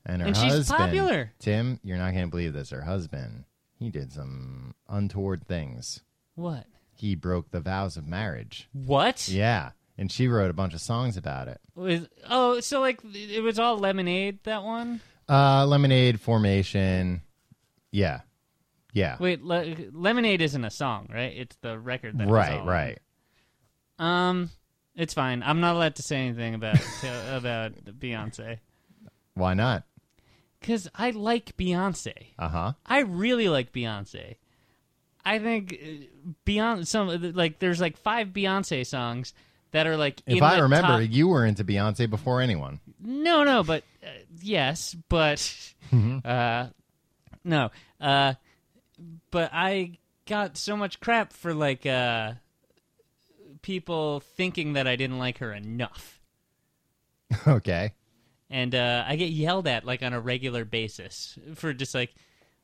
And her
And she's
husband.
popular.
Tim, you're not going to believe this. Her husband, he did some untoward things.
What?
He broke the vows of marriage.
What?
Yeah. And she wrote a bunch of songs about it.
Was, oh, so like it was all lemonade that one.
Uh, Lemonade Formation. Yeah. Yeah.
Wait, le- lemonade isn't a song, right? It's the record. That it's
right,
all on.
right.
Um, It's fine. I'm not allowed to say anything about about Beyonce
Why not?
because I like Beyonce.
Uh huh.
I really like Beyonce. I think Beyonce some like there's like five Beyonce songs that are like
If
in
I
the
remember,
top-
you were into Beyonce before anyone.
No, no, but uh, yes, but uh, no, uh, but I got so much crap for like uh, people thinking that I didn't like her enough,
okay.
and uh, I get yelled at like on a regular basis for just like,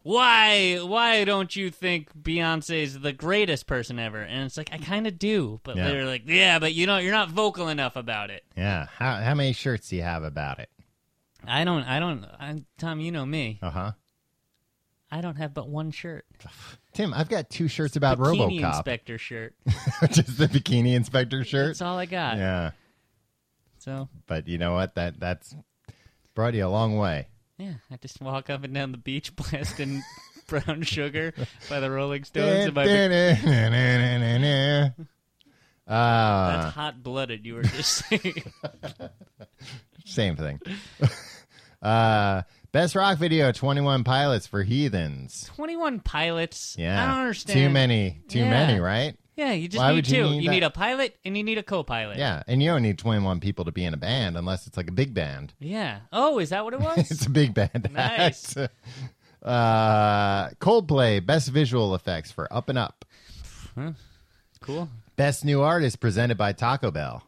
why, why don't you think Beyonce's the greatest person ever? And it's like I kind of do, but
Yeah.
they're like, yeah, but you know, you're not vocal enough about it.
Yeah. How how many shirts do you have about it?
I don't, I don't, I, Tom, you know me.
Uh huh.
I don't have but one shirt.
Tim, I've got two shirts about
Bikini
RoboCop,
inspector shirt.
just the bikini inspector shirt.
That's all I got.
Yeah,
So
but you know what? That that's brought you a long way.
yeah, I just walk up and down the beach blasting brown sugar by the Rolling Stones. and my big-
Uh, Ah,
that's hot blooded. You were just saying.
Same thing. uh, best rock video: Twenty One Pilots for Heathens.
Twenty one pilots.
Yeah,
I don't understand.
Too many, too
Yeah.
many, right?
Yeah, you just
Why
need
would
two.
you
You,
need
need,
that?
a pilot and you need a co pilot.
Yeah, and you don't need twenty-one people to be in a band unless it's like a big band.
Yeah. Oh, is that what it
it's
was?
a big band.
Nice.
act. uh, Coldplay best visual effects for Up and Up.
cool.
Best new artist presented by Taco Bell.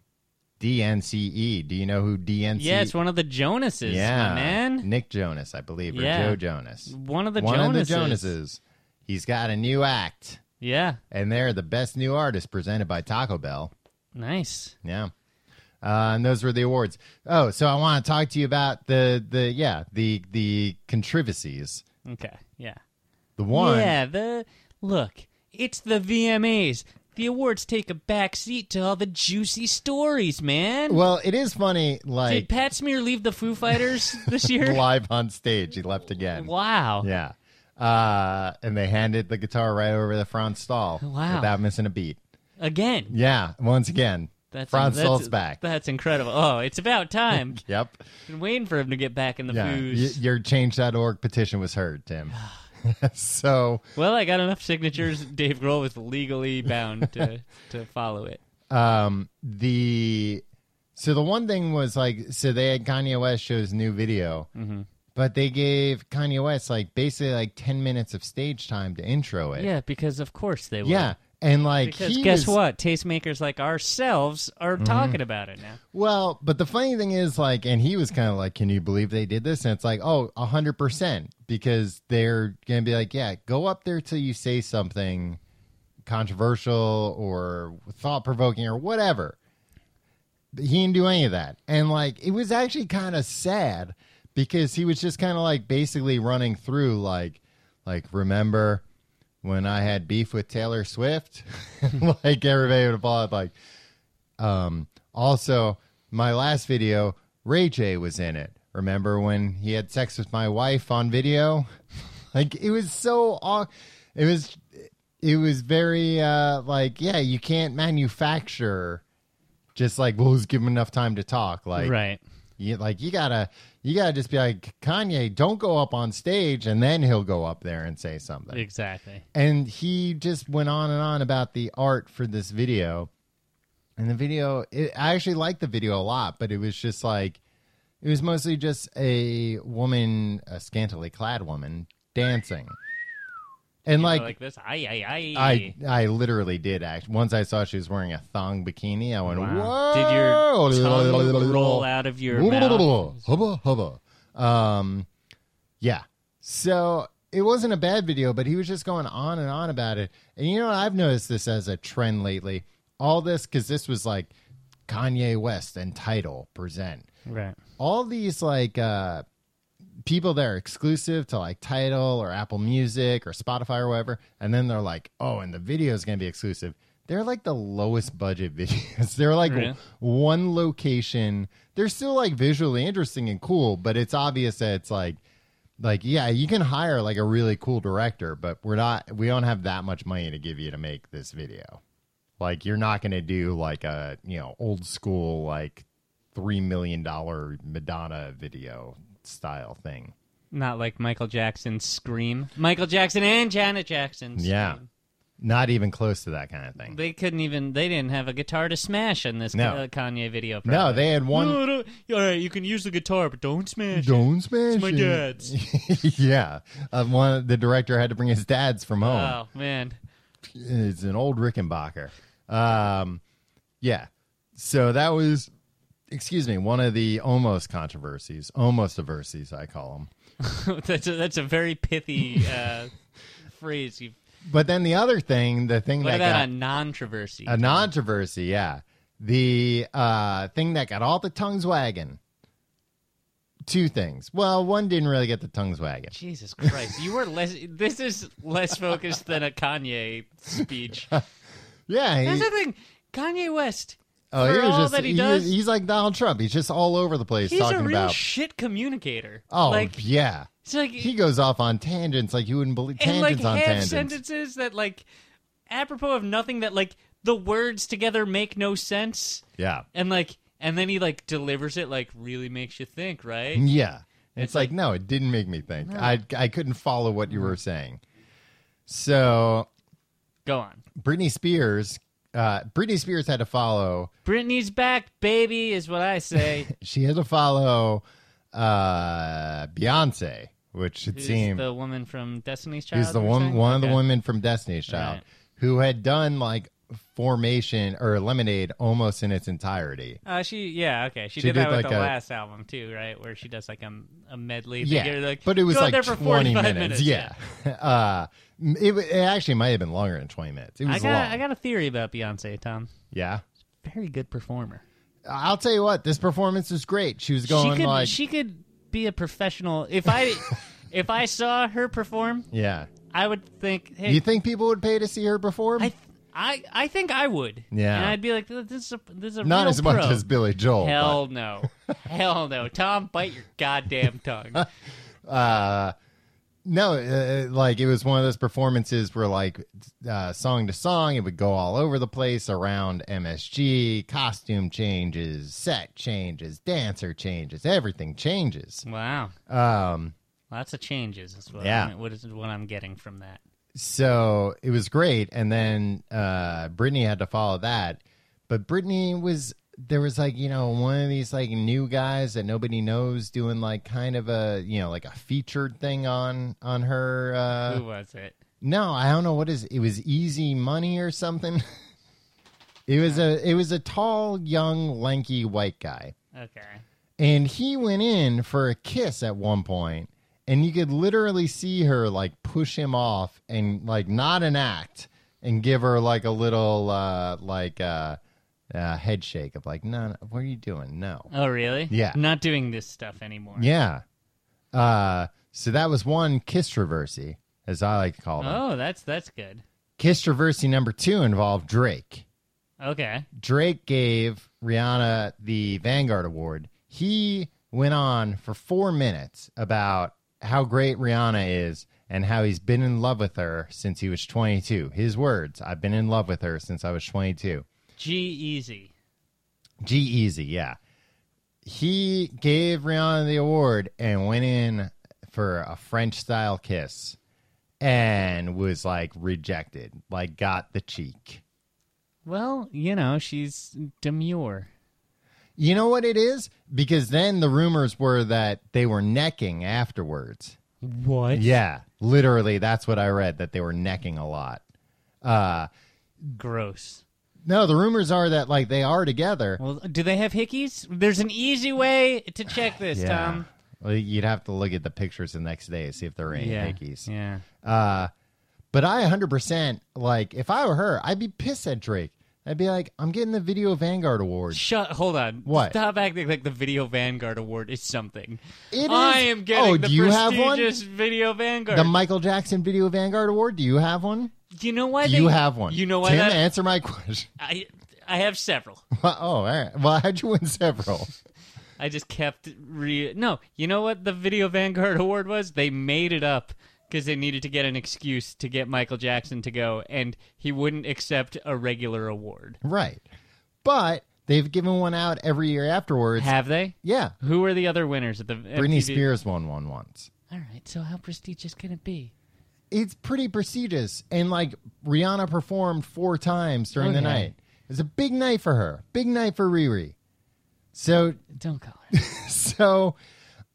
DNCE. E. Do you know who DNCE?
Yeah, it's one of the Jonases,
E? Yeah,
my man.
Nick Jonas, I believe, or
Yeah.
Joe Jonas.
One of the
one
Jonases.
of the Jonases. He's got a new act,
Yeah.
and they're the best new artist presented by Taco Bell.
Nice.
Yeah. Uh, and those were the awards. Oh, so I want to talk to you about the the yeah the the contrivances.
Okay. Yeah.
The one,
Yeah, the look, it's the VMAs. The awards take a back seat to all the juicy stories, man.
well, it is funny.
Did
Like
Pat Smear leave the Foo Fighters this year?
live on stage, he left again.
Wow.
Yeah. Uh, and they handed the guitar right over the Franz Stahl
Oh, Wow.
without missing a beat.
Again.
Yeah, once again,
That's
Franz
that's-
Stahl's back.
That's incredible. Oh, it's about time.
Yep.
Been waiting for him to get back in the
Yeah. Y-
foos.
your change.org petition was heard, Tim. so
Well, I got enough signatures. Dave Grohl was legally bound to, to follow it.
um the so the one thing was like so they had Kanye West show his new video,
Mm-hmm.
but they gave Kanye West like basically like ten minutes of stage time to intro it.
Yeah, because of course they would.
Yeah. And like
Because
he
guess
was- Mm-hmm.
what? Tastemakers like ourselves are talking about it now.
Well, but the funny thing is, like, and he was kind of like, "Can you believe they did this?" And it's like, "Oh, a hundred percent," because they're gonna be like, "Yeah, go up there till you say something controversial or thought provoking or whatever." But he didn't do any of that, and like, it was actually kind of sad because he was just kind of like basically running through, like, like remember when I had beef with Taylor Swift? like everybody would applaud, like. Also, my last video, Ray J was in it. Remember when he had sex with my wife on video? like it was so aw- it was it was very uh like yeah, you can't manufacture just like well, let's give him enough time to talk. Like
right.
you, like you gotta you gotta just be like Kanye, don't go up on stage and then he'll go up there and say something
Exactly.
and he just went on and on about the art for this video and the video it, i actually liked the video a lot but it was just like it was mostly just a woman a scantily clad woman dancing and
I
like,
like this. I I
i i literally did act once i saw she was wearing a thong bikini i went whoa
Did your tongue roll out of your mouth?
Hubba, hubba. Um, yeah. So it wasn't a bad video, but he was just going on and on about it. And you know what? I've noticed this as a trend lately. All this, because this was like Kanye West and Title present.
Right.
All these like uh, people that are exclusive to like Title or Apple Music or Spotify or whatever. And then they're like, oh, and the video is going to be exclusive. They're like the lowest budget videos. They're like
Really?
one location. They're still like visually interesting and cool, but it's obvious that it's like, like yeah, you can hire like a really cool director, but we're not, we don't have that much money to give you to make this video. Like you're not going to do like a, you know, old school like 3 million dollar Madonna video style thing.
Not like Michael Jackson's Scream. Michael Jackson and Janet Jackson.
Yeah.
Scream.
Not even close to that kind of thing.
They couldn't even. They didn't have a guitar to smash in this
No.
uh, Kanye video.
No, they had one
No, don't- all right, you can use the guitar, but don't smash. it.
Don't smash
It's my
it.
dad's.
yeah, uh, one the director had to bring his dad's from home.
Oh man,
It's an old Rickenbacker. Um, yeah, so that was, excuse me, one of the almost controversies, almost aversies, I call them.
that's a, that's a very pithy uh, phrase. You
But then the other thing, the thing
what
that
about
got
a non-controversy?
a controversy, yeah, the uh, thing that got all the tongues wagging. Two things. Well, one didn't really get the tongues wagging.
Jesus Christ, you were less. This is less focused than a Kanye speech.
Yeah, he-
That's the thing, Kanye West.
Oh,
for
he was
all
just,
that he
he's-
does.
He's like Donald Trump. He's just all over the place
He's
talking
a real
about.
shit communicator.
oh,
like
yeah.
it's like
He goes off on tangents like you wouldn't believe.
and like
Tangents on
half
tangents.
sentences that like apropos of nothing that like the words together make no sense
Yeah.
and like and then he like delivers it like really makes you think right
Yeah. It's,
It's
like, no, it didn't make me think. I I couldn't follow what you were saying. So
go on
Britney Spears, uh, Britney Spears had to follow.
Britney's back baby is what I say
She had to follow uh, Beyonce, which it
Who's
seemed
the woman from Destiny's Child
He's the
you were
one
saying?
one of the
Okay.
women from Destiny's Child
Right.
who had done like formation or lemonade almost in its entirety.
uh, she yeah okay she,
She
did,
did
that with
like a-
the last album too right where she does like a, a medley that
yeah,
you're like
but it was
go
like
out there for
20
45
minutes. Yeah, uh, it, wa- it actually might have been longer than 20 minutes. It was
I got
long.
I got a theory about Beyonce Tom
yeah,
very good performer
I'll tell you what, this performance was great. She was going
she could
like,
she could be a professional. If I if I saw her perform,
yeah.
I would think, hey,
You think people would pay to see her perform?
I th- I I think I would.
Yeah.
and I'd be like, this is a, this is a
Not
real
as much
pro.
as Billy Joel. but-
Hell no, hell no, Tom, bite your goddamn tongue.
uh no uh, like it was one of those performances where like uh, song to song it would go all over the place around msg costume changes set changes dancer changes everything changes
wow,
um
lots of changes. Is what
Yeah.
I'm, what is what I'm getting from that?
so it was great and then uh brittany had to follow that but brittany was there was like you know one of these like new guys that nobody knows doing like kind of a you know like a featured thing on on her uh
Who was it?
No, I don't know what is. It was easy money or something. It was a it was a tall, young, lanky white guy,
Okay,
and he went in for a kiss at one point, and you could literally see her like push him off and like not an act and give her like a little uh like uh, uh head shake of like no, no what are you doing no
oh really?
Yeah.
not doing this stuff anymore.
yeah uh so that was one kiss traversy as I like to call them
Oh, that's that's good.
kiss traversy number two involved Drake.
Okay,
Drake gave Rihanna the Vanguard Award. He went on for four minutes about how great Rihanna is and how he's been in love with her since he was 22. His words I've been in love with her since I was 22.
G E easy.
G Easy, yeah. He gave Rihanna the award and went in for a French style kiss and was like rejected, like got the cheek.
Well, you know, she's demure.
You know what it is? Because then the rumors were that they were necking afterwards.
What?
Yeah, literally, that's what I read that they were necking a lot. Uh,
Gross.
no, the rumors are that like they are together.
Well, do they have hickeys? There's an easy way to check this, Tom.
Well, you'd have to look at the pictures the next day to see if there are any hickeys.
Yeah.
Uh, but I 100% like if I were her, I'd be pissed at Drake. I'd be like, I'm getting the Video Vanguard Award.
Shut. Hold on.
What?
Stop acting like the Video Vanguard Award is something.
It is-
I am getting
Oh,
the
do you have one?
prestigious Video Vanguard.
The Michael Jackson Video Vanguard Award. Do you have one?
you know why?
Do
they-
you have one?
You know why?
Tim,
That,
answer my question.
I I have several.
Well, oh, all right. Well, how'd you win several?
I just kept re. No, you know what the Video Vanguard Award was? They made it up because they needed to get an excuse to get Michael Jackson to go, and he wouldn't accept a regular award.
Right. But they've given one out every year afterwards.
Have they?
yeah.
Who are the other winners at the
Britney
MTV?
Spears won one once.
All right, so how prestigious can it be?
It's pretty prestigious. And like Rihanna performed four times during the
Okay.
night. It's a big night for her. Big night for Riri. So
Don't call her.
so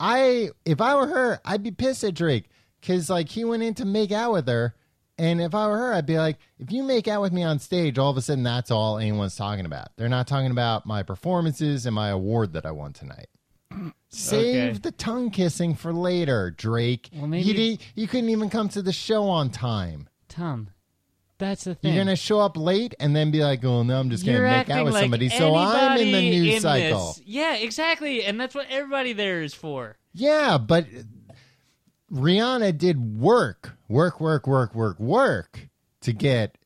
I if I were her, I'd be pissed at Drake because like he went in to make out with her, and if I were her, I'd be like, if you make out with me on stage, all of a sudden that's all anyone's talking about. They're not talking about my performances and my award that I won tonight. Save
Okay.
the tongue kissing for later, Drake.
Well, maybe-
you, didn't- you couldn't even come to the show on time.
Tom, that's the thing.
You're gonna show up late and then be like, "Oh no, I'm just
You're
gonna make out
acting
with
like
somebody." So I'm in the
anybody
news
in
cycle.
this. Yeah, exactly, and that's what everybody there is for.
Yeah, but Rihanna did work, work, work, work, work, work to get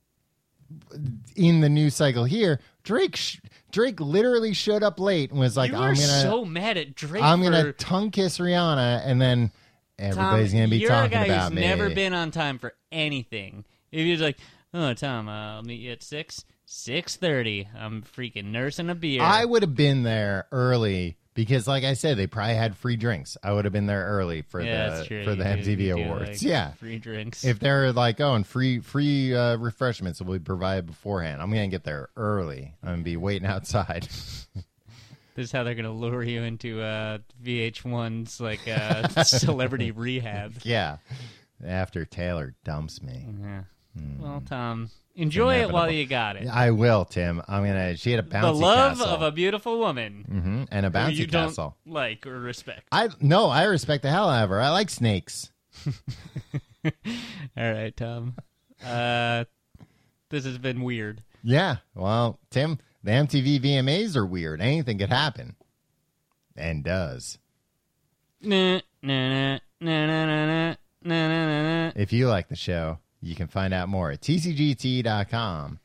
in the news cycle here. Drake sh- Drake literally showed up late and was like,
you
"I'm
are
gonna,
so mad at Drake.
I'm
for-
gonna tongue kiss Rihanna," and then everybody's
Tom,
gonna be
you're
talking
a guy
about
who's
me.
Never been on time for anything. If you're like, oh Tom, uh, I'll meet you at six, six thirty. I'm freaking nursing a beer.
I would have been there early because, like I said, they probably had free drinks. I would have been there early for
yeah,
the
that's true.
for the
You do-
MTV
you do,
awards.
like,
yeah,
free drinks.
if they're like, oh, and free free uh, refreshments will be provided beforehand. I'm gonna get there early. I'm gonna be waiting outside.
this is how they're gonna lure you into uh, VH1's like uh, celebrity rehab.
yeah, after Taylor dumps me,
Yeah.
Hmm.
Well, Tom, enjoy it while
Inevitable.
you got it.
I will, Tim. I'm gonna. She had a bouncy
the love
castle
of a beautiful woman
hmm and a
who
bouncy
you
castle.
don't like or respect.
I no, I respect the hell out of her. I like snakes.
All right, Tom. Uh, this has been weird.
Yeah. Well, Tim, the MTV VMAs are weird. Anything could happen, and does.
Nah, nah, nah, nah, nah, nah, nah, nah, nah, nah.
If you like the show, you can find out more at tcgt.com.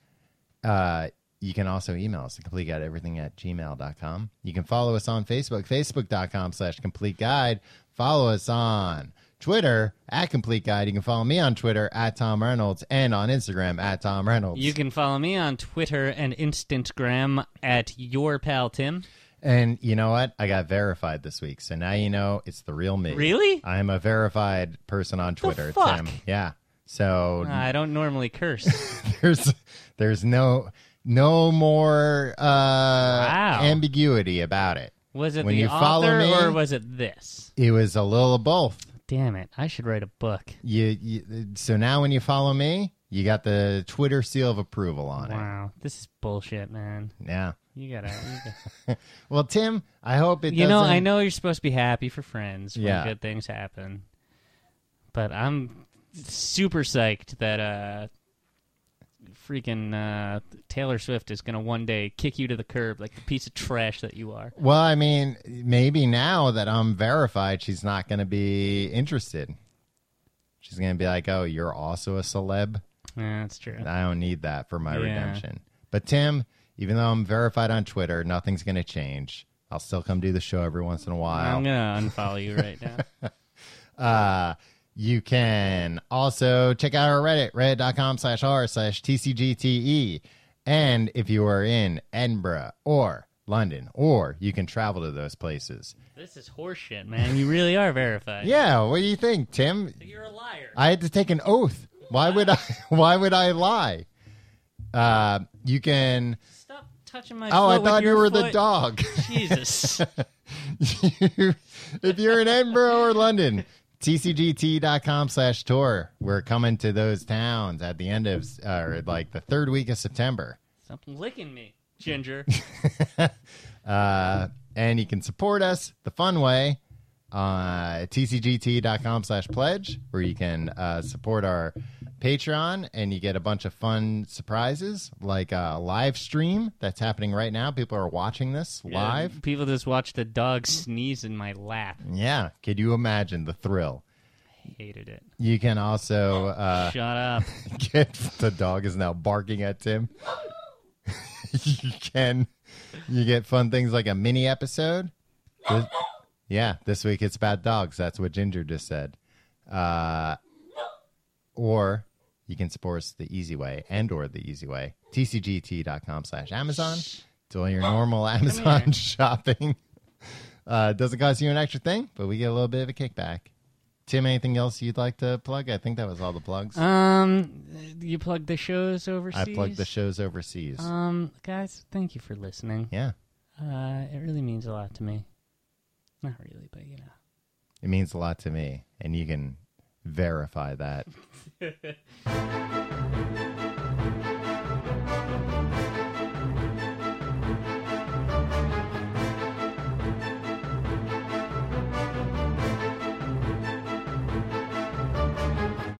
Uh, you can also email us at complete guide everything at gmail.com. You can follow us on Facebook, facebook.com slash complete guide. Follow us on Twitter at complete guide. You can follow me on Twitter at Tom Reynolds and on Instagram at Tom Reynolds.
You can follow me on Twitter and Instagram at your pal Tim.
and you know what? I got verified this week. So now you know it's the real me.
Really?
I'm a verified person on Twitter,
fuck?
Tim. Yeah. So
I don't normally curse.
there's there's no no more uh ambiguity about it
Was it
When
the
you follow
author
me-
or was it this?
it was a little of both
Damn it! I should write a book.
you, you so now when you follow me you got the twitter seal of approval on it
Wow, this is bullshit, man.
yeah
You gotta. You gotta
well tim i hope it
you know, I
doesn't-
know you're supposed to be happy for friends when
Yeah.
good things happen, but I'm super psyched that uh, freaking uh, Taylor Swift is gonna one day kick you to the curb like the piece of trash that you are.
well i mean maybe now that i'm verified she's not going to be interested she's going to be like oh you're also a celeb
Yeah, that's true.
I don't need that for my
Yeah.
redemption. But Tim, even though I'm verified on Twitter, nothing's going to change. I'll still come do the show every once in a while.
I'm gonna unfollow you right now.
Uh, you can also check out our Reddit, reddit.com slash r slash TCGTE. E. And if you are in Edinburgh or London, or you can travel to those places.
this is horseshit, man. You really are verified.
Yeah, what do you think, Tim?
You're a liar.
I had to take an oath. Why would I? Why would I lie? Uh, you can.
Stop touching my.
Oh, I
foot with
thought you
your
were the
foot.
dog.
Jesus.
if you're in Edinburgh or London, tcgt.com slash tour. We're coming to those towns at the end of, uh, or like the third week of September.
Stop licking me, Ginger.
Uh, and you can support us the fun way uh, tcgt.com slash pledge, where you can uh, support our Patreon and you get a bunch of fun surprises like a live stream that's happening right now. People are watching this live.
Yeah, people just watched a dog sneeze in my lap.
Yeah. Could you imagine the thrill?
Hated it.
You can also uh,
Shut up.
get the dog is now barking at Tim. you can you get fun things like a mini episode. This- yeah, this week it's about dogs. That's what Ginger just said. Uh, or you can support us the easy way and or the easy way. TCGT.com slash Amazon. Do all your normal Amazon shopping. Uh, it doesn't cost you an extra thing, but we get a little bit of a kickback. Tim, anything else you'd like to plug? I think that was all the plugs.
Um, you plug the shows overseas.
I plugged the shows overseas.
Um, guys, thank you for listening.
yeah.
Uh, it really means a lot to me. Not really, but you know.
It means a lot to me, and you can verify that.